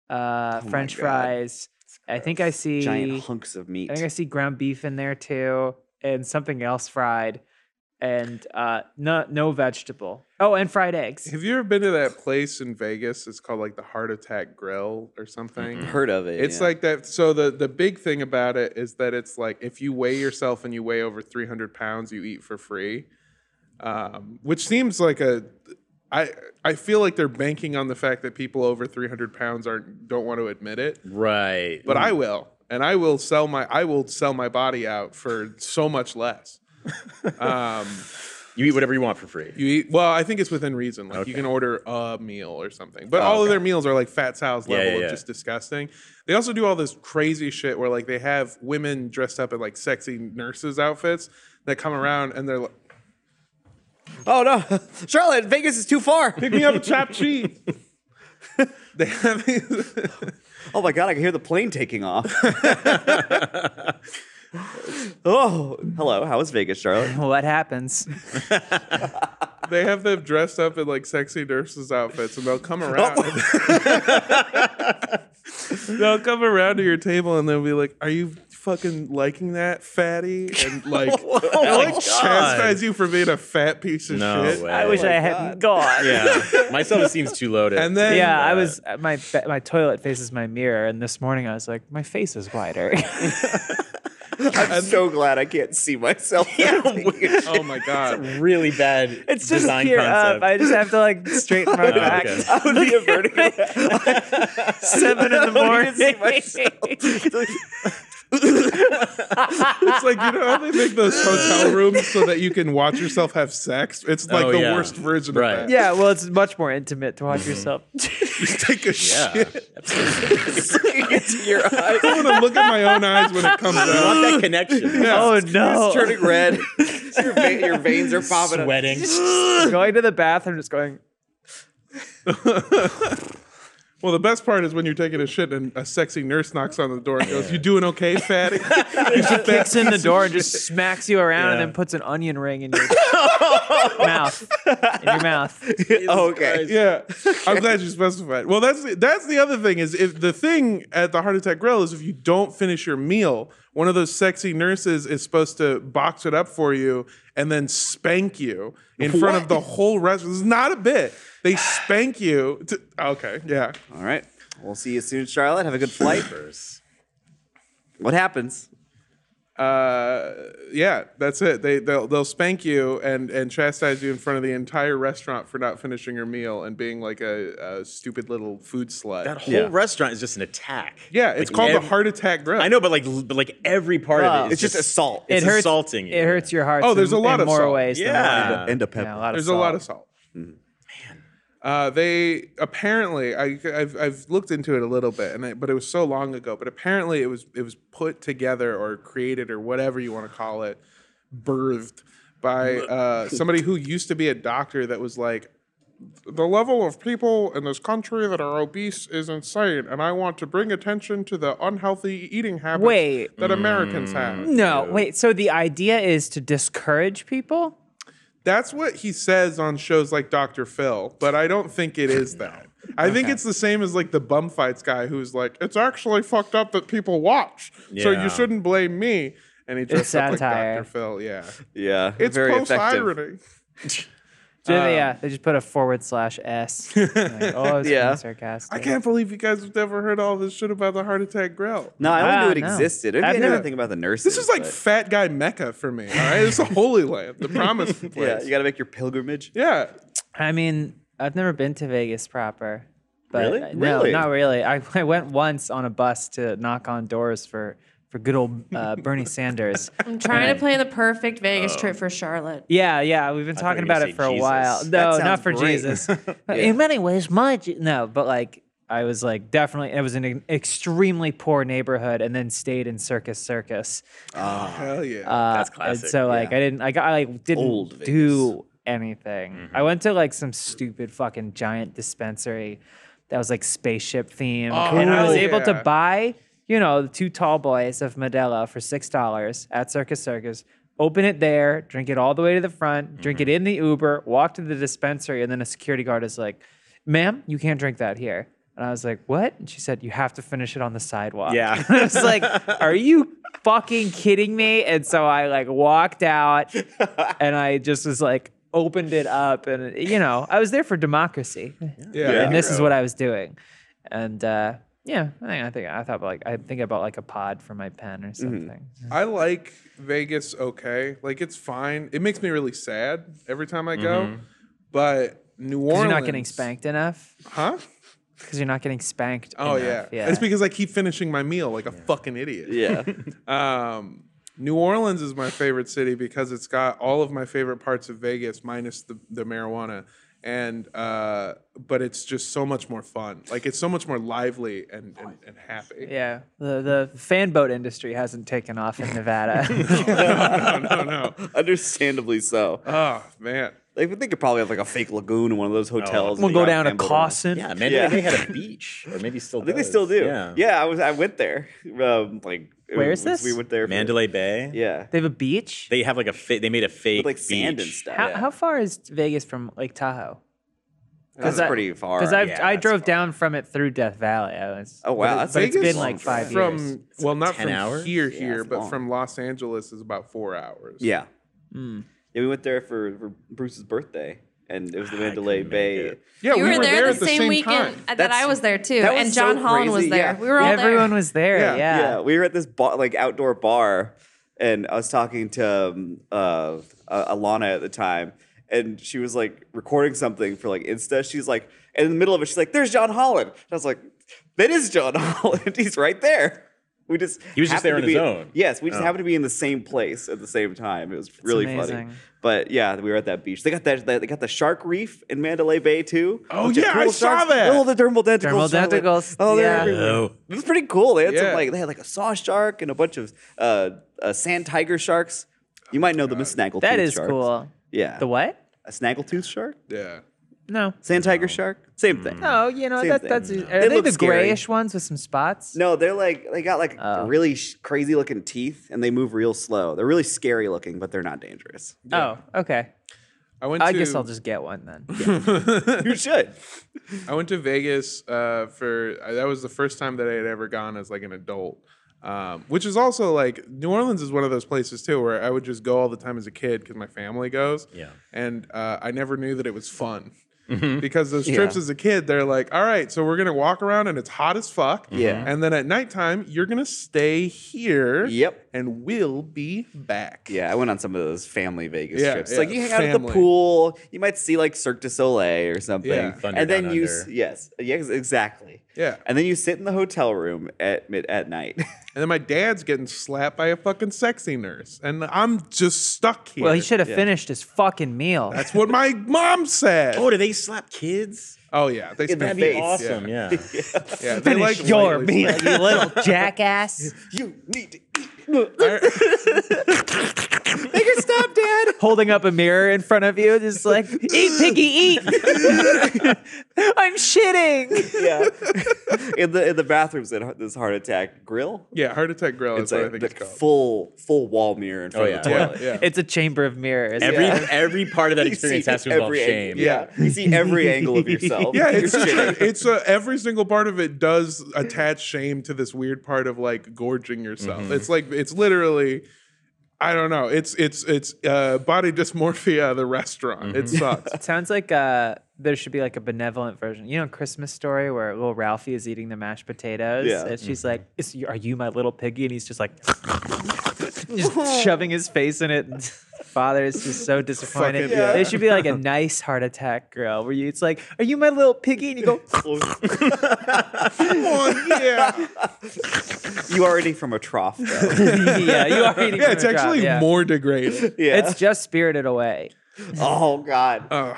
uh, French God. fries. I think I see. giant hunks of I meat. think I see ground beef in there too, and something else fried. and uh, no no vegetable. Oh, and fried eggs. Have you ever been to that place in Vegas? It's called like the Heart Attack Grill or something. Heard of it? It's yeah. like that. So the the big thing about it is that it's like if you weigh yourself and you weigh over three hundred pounds, you eat for free, um, which seems like a. I I feel like they're banking on the fact that people over three hundred pounds aren't don't want to admit it, Right. but Mm. I will, and I will sell my I will sell my body out for so much less. um, you eat whatever you want for free. you eat well. I think it's within reason. Like you can order a meal or something, but all of their meals are like fat Sal's Oh, Yeah, level yeah, yeah. of just disgusting. They also do all this crazy shit where like they have women dressed up in like sexy nurses outfits that come around and they're like, oh no, Charlotte, Vegas is too far. "Pick me up a chopped cheese." they have these, oh my god, I can hear the plane taking off. oh, hello. How was Vegas, Charlotte? Well, what happens? they have them dressed up in like sexy nurses outfits and they'll come Oh around. they'll come around to your table and they'll be like, "Are you fucking liking that, fatty?" And like, Oh, they'll like chastise you for being a fat piece of No shit. way. I wish I hadn't gone. Yeah. Myself seems too loaded. And then Yeah, I Yeah. was uh, my be- my toilet faces my mirror, and this morning I was like, my face is wider. I'm so glad I can't see myself. oh my god, really bad. it's just here up. I just have to like straighten my back. okay. I would be a vertical. Seven in the morning. it's like you know how they make those hotel rooms so that you can watch yourself have sex. It's like Oh, the yeah. worst version Right. of that. yeah, well, it's much more intimate to watch yourself. You take a yeah. shit. into your eyes. I want to look at my own eyes when it comes I out. want that connection. Yeah. Oh no! It's turning red. your, ve- your veins are popping. up. Sweating. going to the bathroom, just going. Well, the best part is when you're taking a shit and a sexy nurse knocks on the door and goes, "You doing okay, fatty?" kicks in the door and just smacks you around and Yeah. then puts an onion ring in your mouth. In your mouth. Oh, okay. yeah, I'm glad you specified. Well, that's the, that's the other thing is if the thing at the Heart Attack Grill is if you don't finish your meal, one of those sexy nurses is supposed to box it up for you and then spank you in front of the whole restaurant. It's not a bit. They spank you. To, okay, yeah. All right. We'll see you soon, Charlotte. Have a good flight. what happens? uh, yeah, that's it. They they'll they'll spank you and and chastise you in front of the entire restaurant for not finishing your meal and being like a, a stupid little food slut. That whole Yeah. restaurant is just an attack. yeah, it's Like called ev- the heart attack grill. I know, but like, but like every part Wow. of it is It's just assault. It's it hurts, assaulting. you. It hurts your heart. Oh, there's in- a lot in of more salt. ways. than Yeah. one. Uh, End up Yeah, a lot of There's salt. Mm-hmm. a lot of salt. Uh, they apparently, I, I've, I've looked into it a little bit, and I, but it was so long ago. But apparently, it was it was put together or created or whatever you want to call it, birthed by uh, somebody who used to be a doctor that was like, the level of people in this country that are obese is insane, and I want to bring attention to the unhealthy eating habits Wait. that Mm. Americans have. No, wait. So the idea is to discourage people? That's what he says on shows like Dr. Phil, but I don't think it is that. I think it's the same as like the bum fights guy who's like, it's actually fucked up that people watch, so Yeah. you shouldn't blame me. And he dressed up like satire. Dr. Phil. Yeah, Yeah. it's very post effective. irony. Do they- yeah, they just put a forward slash S. Like, oh, it's Yeah. being sarcastic. I can't believe you guys have never heard all this shit about the heart attack grill. No, I Ah, only knew it no. existed. Maybe I I've didn't never- think about the nurses. This is like but- fat guy mecca for me. All right, it's the holy land, the promised place. yeah, you got to make your pilgrimage. yeah. I mean, I've never been to Vegas proper. But Really? uh, No, Really? not really. I, I went once on a bus to knock on doors for, for good old uh, Bernie Sanders. I'm trying to plan the perfect Vegas trip for Charlotte. Yeah, yeah, we've been thought talking you were gonna about it say for a Jesus. while. That No, not sounds for great. Jesus. In many ways, my Je- no, but like I was like definitely it was an e- extremely poor neighborhood and then stayed in Circus Circus. Ah. Hell yeah. That's Uh, And classic. so like I didn't I got I like didn't Old do anything. I went to like some stupid fucking giant dispensary that was like spaceship themed and I was Cool. able to yeah. buy, you know, the two tall boys of Modelo for $6 at Circus Circus. Open it there, drink it all the way to the front, drink it in the Uber, walk to the dispensary and then a security guard is like, "Ma'am, you can't drink that here." And I was like, what? And she said, you have to finish it on the sidewalk. Yeah. I was like, are you fucking kidding me? And so I like walked out and I just was like, opened it up. And, you know, I was there for democracy. Yeah. And this is what I was doing. And, uh, yeah, I think I think I thought about like I think about like a pod for my pen or something. I like Vegas okay. Like it's fine. It makes me really sad every time I go. Mm-hmm. But New Orleans Because you're not getting spanked enough. Huh? Because you're not getting spanked. Oh enough. yeah. It's because I keep finishing my meal like a fucking idiot. Yeah. Um, New Orleans is my favorite city because it's got all of my favorite parts of Vegas minus the, the marijuana. And uh, but it's just so much more fun. Like it's so much more lively and, and, and happy. Yeah, the the fan boat industry hasn't taken off in Nevada. No, no, no. Understandably so. Oh man. Like they could probably have like a fake lagoon in one of those hotels. we'll that go got down to gambled on. Cawson. Yeah, Mandalay Yeah. Bay had a beach, or maybe still. I think they does. still do. Yeah. Yeah, I was I went there. Um, like it Where was- is this? We went there. for- Mandalay Bay. Yeah, They have a beach. They have like a fa- they made a fake with like sand and beach. stuff. how Yeah. how far is Vegas from Lake Tahoe? That's I- pretty far. Because I yeah, I that's drove down from it through Death Valley. I was, Oh, wow, but, it, that's but it's Uh, Vegas been like five from years. well not 10 from hours? here Yeah, here it's but long. from Los Angeles is about four hours. Yeah. Hmm. Yeah, we went there for, for Bruce's birthday, and it was the Mandalay Bay. yeah. you we were, there, at the same, weekend time. that That's- I was there too, that was and John so Holland was crazy, there. yeah. We were all Everyone there. was there. Yeah. Yeah. Yeah. we were at this bar, like outdoor bar, and I was talking to um, uh, uh, Alana at the time, and she was like recording something for like Insta. She's like, and in the middle of it, she's like, "There's John Holland." And I was like, "That is John Holland. He's right there." We just He was just happened there to on his be- own. Yes, we just Oh. happened to be in the same place at the same time. It was really funny. amazing. But yeah, we were at that beach. They got that. They got the shark reef in Mandalay Bay too. Oh, With the yeah, I saw that. Little of Oh, the dermal tentacles. Dermal are like- tentacles, Oh, they're yeah. everywhere. Oh. It was pretty cool. They had Yeah. some like they had like a saw shark and a bunch of uh, uh, sand tiger sharks. You might know them as snaggletooth. That is sharks. cool. Yeah, The what? A snaggletooth shark, Yeah. No. sand tiger shark, same thing. No, you know Same that, thing. that's are They they, look the scary. grayish ones with some spots? No, they're like they got like Oh. really sh- crazy looking teeth and they move real slow. They're really scary looking, but they're not dangerous. Oh, okay. I went I to guess I'll just get one then. you should. I went to Vegas uh, for uh, that was the first time that I had ever gone as like an adult, um, which is also like New Orleans is one of those places too where I would just go all the time as a kid because my family goes. Yeah. and uh, I never knew that it was fun. Because those trips as a kid, they're like, all right, so we're gonna walk around and it's hot as fuck. Yeah. And then at nighttime, you're gonna stay here. Yep. And we'll be back. Yeah, I went on some of those family Vegas Yeah, trips. yeah, Like you hang out at the family. pool, you might see like Cirque du Soleil or something, Yeah. Thunder and then Down you s Under. yes, yes, exactly. Yeah. and then you sit in the hotel room at mid at night. And then my dad's getting slapped by a fucking sexy nurse, and I'm just stuck here. Well, he should have finished his fucking meal. That's what my mom said. Oh, do they slap kids? Oh yeah, they In the That'd spend be Face, awesome. Yeah. Yeah, they like your lightly meal, you little jackass. you need to eat. spray. Make her stop, Dad. Holding up a mirror in front of you, just like, eat, piggy, eat. I'm shitting. yeah. In the in the bathrooms at this heart attack grill. yeah, heart attack grill is It's what I like think the it's called. Oh, full full wall mirror in front of the yeah. toilet. yeah, yeah. It's a chamber of mirrors. Every Yeah. every part of that You experience see has to involve every shame. angle- Yeah. you see every angle of yourself. yeah, it's You're just shitting. a, it's a, every single part of it does attach shame to this weird part of like gorging yourself. It's like it's literally, I don't know. It's it's it's uh, body dysmorphia. The restaurant. It sucks. Sounds like uh, there should be like a benevolent version. You know, Christmas story where little Ralphie is eating the mashed potatoes, Yeah. and Mm-hmm. she's like, Is, "Are you my little piggy?" And he's just like, just shoving his face in it. And Father is just so disappointed. Fucking- Yeah. There should be like a nice heart attack girl where you, it's like, "Are you my little piggy?" And you go, Come on, yeah, you are eating from a trough. Though. "Yeah, you are eating." yeah. from It's a drop." actually Yeah. more degrading. Yeah. It's just Spirited Away. oh God. Ugh.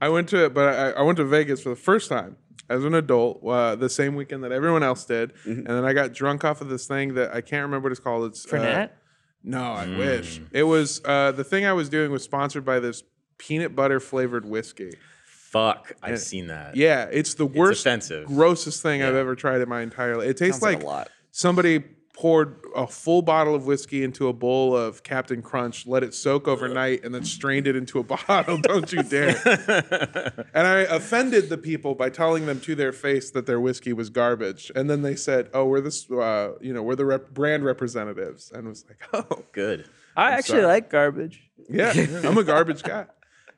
I went to but I, I went to Vegas for the first time as an adult uh, the same weekend that everyone else did, and then I got drunk off of this thing that I can't remember what it's called. It's uh, Burnett? No, I wish. It was uh, the thing I was doing was sponsored by this peanut butter flavored whiskey. Fuck, I've seen that. Yeah, it's the worst, offensive. grossest thing I've ever tried in my entire life. It tastes Sounds like like, a lot. somebody poured a full bottle of whiskey into a bowl of Captain Crunch, let it soak overnight, and then strained it into a bottle. Don't you dare. and I offended the people by telling them to their face that their whiskey was garbage. And then they said, "Oh, we're this, uh, you know, we're the rep- brand representatives," and I was like, "Oh, Good. I actually sorry. like garbage. yeah, I'm a garbage guy."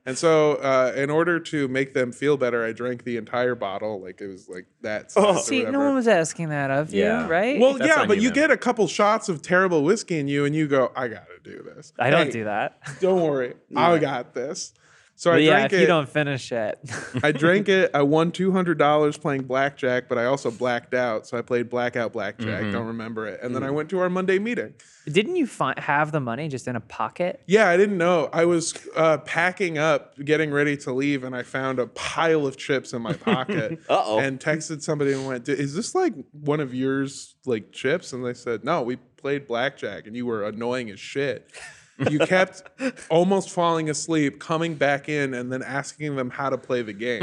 And so, uh, in order to make them feel better, I drank the entire bottle. Like it was like that. size Oh. or See, no Oh, whatever. one was asking that of Yeah. you, right? Well, That's yeah, on but you, you man. get a couple shots of terrible whiskey in you, and you go, "I gotta do this." I don't Hey, do that. Don't worry, I got this. So I But yeah, drank if it. you don't finish it, I drank it. I won two hundred dollars playing blackjack, but I also blacked out, so I played blackout blackjack. Mm-hmm. Don't remember it. And then I went to our Monday meeting. didn't you fi- have the money just in a pocket? Yeah, I didn't know. I was uh, packing up, getting ready to leave, and I found a pile of chips in my pocket. Uh-oh. And texted somebody and went, "Is this like one of yours, like chips?" And they said, "No, we played blackjack, and you were annoying as shit." You kept almost falling asleep, coming back in, and then asking them how to play the game,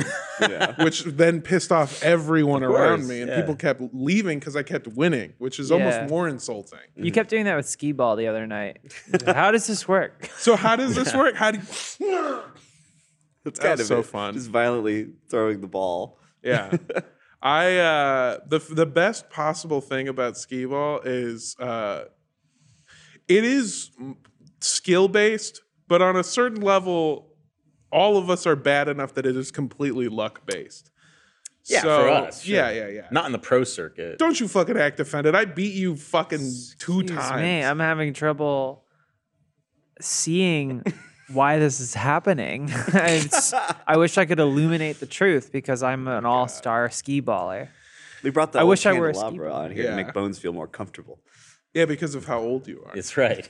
which then pissed off everyone around course, me. And yeah. people kept leaving because I kept winning, which is Yeah. almost more insulting. You kept doing that with skee ball the other night. How does this work? So, how does this work? How do you. It's That kind was of so it. fun. Just violently throwing the ball. Yeah. I uh the the best possible thing about skee ball is uh it is skill based, but on a certain level all of us are bad enough that it is completely luck based. Yeah, for us, sure. Yeah, yeah, yeah. Not in the pro circuit. Don't you fucking act offended. I beat you fucking two Excuse times. me, I'm having trouble seeing why this is happening. It's- I wish I could illuminate the truth because I'm an all-star skee baller. We brought that I old wish I were a candelabra skee- on here Yeah. to make Bones feel more comfortable. yeah, because of how old you are. It's right.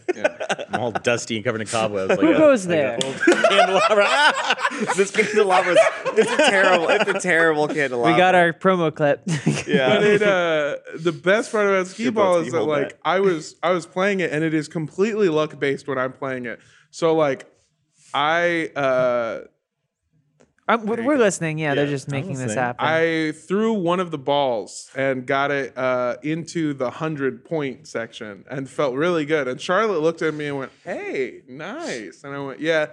I'm all dusty and covered in cobwebs. Who goes there? Ah! this candelabra's it's a terrible it's a terrible candelabra. we got our promo clip. but yeah. it uh the best part about skee Your ball bones, is you that hold like that. I was I was playing it and it is completely luck based when I'm playing it. So like I uh I'm, Um, we're we're listening. Yeah, they're just making this listening. happen. I threw one of the balls and got it uh into the hundred point section and felt really good. And Charlotte looked at me and went, Hey, nice. And I went, Yeah,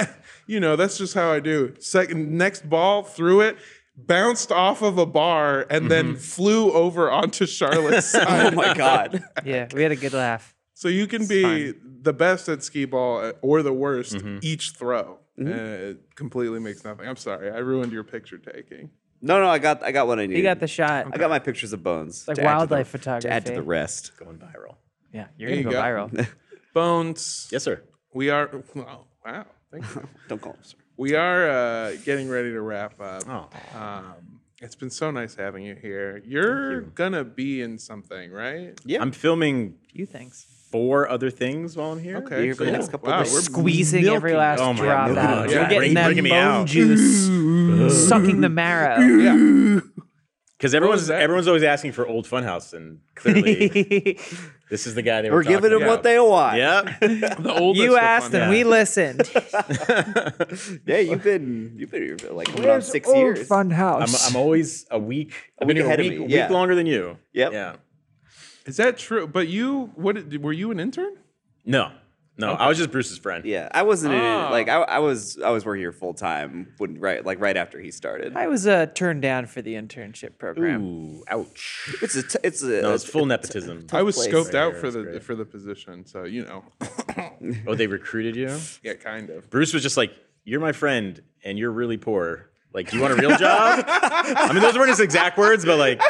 you know, that's just how I do. Second next ball, threw it. Bounced off of a bar and then flew over onto Charlotte's side. Oh my god. yeah, we had a good laugh. So you can be the best at skee ball uh, or the worst Mm-hmm. each throw. Uh, it completely makes nothing. I'm sorry, I ruined your picture taking. No, no, I got I got what I needed. You got the shot. I got my pictures of Bones. Like to add to the- wildlife To add to the photography. rest. Going viral. Yeah, you're There gonna go you viral. Bones, Yes, sir. we are. Wow, wow. Thank you. Don't call him sir. we are uh, getting ready to wrap up. Oh. Um, it's been so nice having you here. You're gonna be in something, right? Yeah. I'm filming Few things. four other things while I'm here. Okay. Here for the next couple wow, of days. we're Squeezing every last Oh my drop God. out. Yeah. You're getting Bring- that bringing me bone out. juice, sucking the marrow. yeah. Because was everyone's that? everyone's always asking for old Funhouse, and clearly this is the guy they were. We're giving talking them what about. they want. Yeah. The oldest you of asked them. and we listened. Yeah, you've been you've been here for like around six years. I'm, I'm always a week. week I've been here a ahead of week, me, week yeah. longer than you. Yep. Yeah. Is that true? But you, what? did- Were you an intern? No. No. I was just Bruce's friend. Yeah, I wasn't in Oh. it. Like I, I was, I was working here full time when right, like right after he started. I was uh, turned down for the internship program. Ooh. Ouch. It's a, t- it's a. No, it's full nepotism. I was place. scoped Right out here, for that's the great. for the position, so you know. Oh, they recruited you. yeah, kind of. Bruce was just like, "You're my friend, and you're really poor. Like, do you want a real job?" I mean, those weren't his exact words, but like,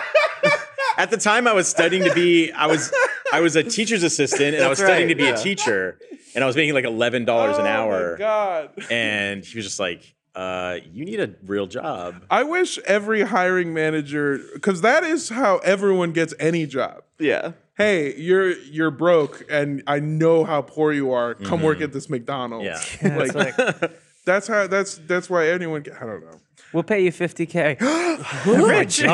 at the time, I was studying to be, I was, I was a teacher's assistant, and I was studying to be a teacher, and I was making like eleven dollars Oh, an hour, Oh God. and he was just like, uh, "You need a real job." I wish every hiring manager, because that is how everyone gets any job. yeah. Hey, you're you're broke, and I know how poor you are. Come work at this McDonald's. Mm-hmm. Yeah. like, that's how that's that's why anyone. Get, I don't know. We'll pay you 50K. Rich.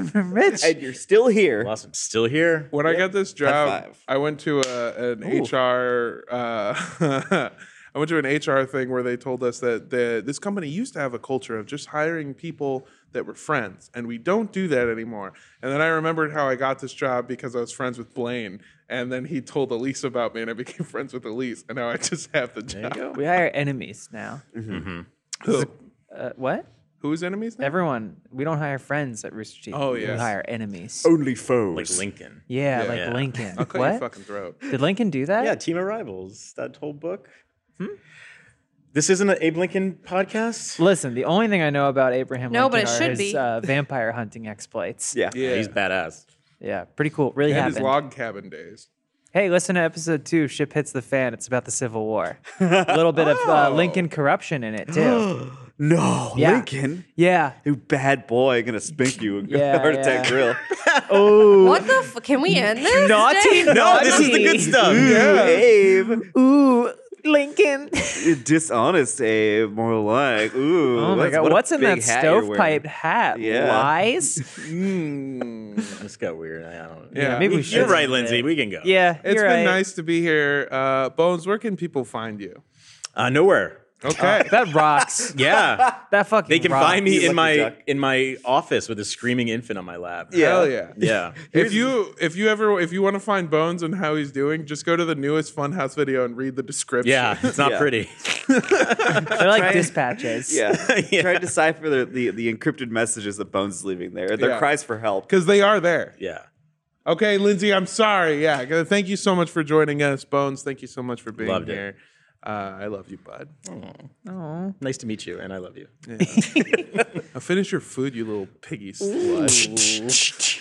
Rich. And you're still here. Plus, I'm still here. When I got this job, five. I went to a, an HR. Uh, I went to an HR thing where they told us that the, this company used to have a culture of just hiring people that were friends, and we don't do that anymore. And then I remembered how I got this job because I was friends with Blaine, and then he told Elise about me, and I became friends with Elise, and now I just have the job. We hire enemies now. Mm-hmm. Who? Uh, what? Who's enemies? Now? Everyone. We don't hire friends at Rooster Teeth. Oh, We yes. Oh, hire enemies. Only foes. like Lincoln. yeah, Yeah. like Yeah. Lincoln. I'll cut your what? fucking throat. Did Lincoln do that? Yeah, Team of Rivals, that whole book. This isn't an Abe Lincoln podcast. Listen, the only thing I know about Abraham No, but Lincoln it are should his be. Uh, vampire hunting exploits. Yeah. Yeah, He's badass. Yeah, pretty cool. Really and his happened. log cabin days. hey, listen to episode two. Ship hits the fan. It's about the Civil War. A little bit of uh, Lincoln corruption in it too. Oh. No, Yeah. Lincoln. yeah. You bad boy, gonna spank you and Yeah, heart attack yeah. grill. What the? F- can we end this? Naughty, Dang. No, this is the good stuff. Ooh, Abe. Ooh, Lincoln. Dishonest Abe, more like. Ooh. Oh my that's- god, what a what's in big that hat you're wearing. stovepiped hat? Yeah. Lies. This got weird. I don't. Yeah, Maybe we should. You're right, Lindsay. We can go. Yeah, It's you're right. been nice to be here. Uh, Bones, where can people find you? Uh, nowhere. Okay. That rocks. Yeah. That fucking. They can rocks. find me in my Lucky duck. in my office with a screaming infant on my lap. Yeah. Hell yeah. Yeah. If you if you ever if you want to find Bones and how he's doing, just go to the newest Funhouse video and read the description. Yeah, it's not Yeah. pretty. They're like dispatches. Yeah. Yeah. Try to decipher the, the, the encrypted messages that Bones is leaving there. Their Yeah. cries for help. because they are there. Yeah. Okay, Lindsay, I'm sorry. Yeah, g- thank you so much for joining us, Bones. Thank you so much for being Loved it. here. Uh, I love you, bud. Nice to meet you, and I love you. Now finish your food, you little piggy slut.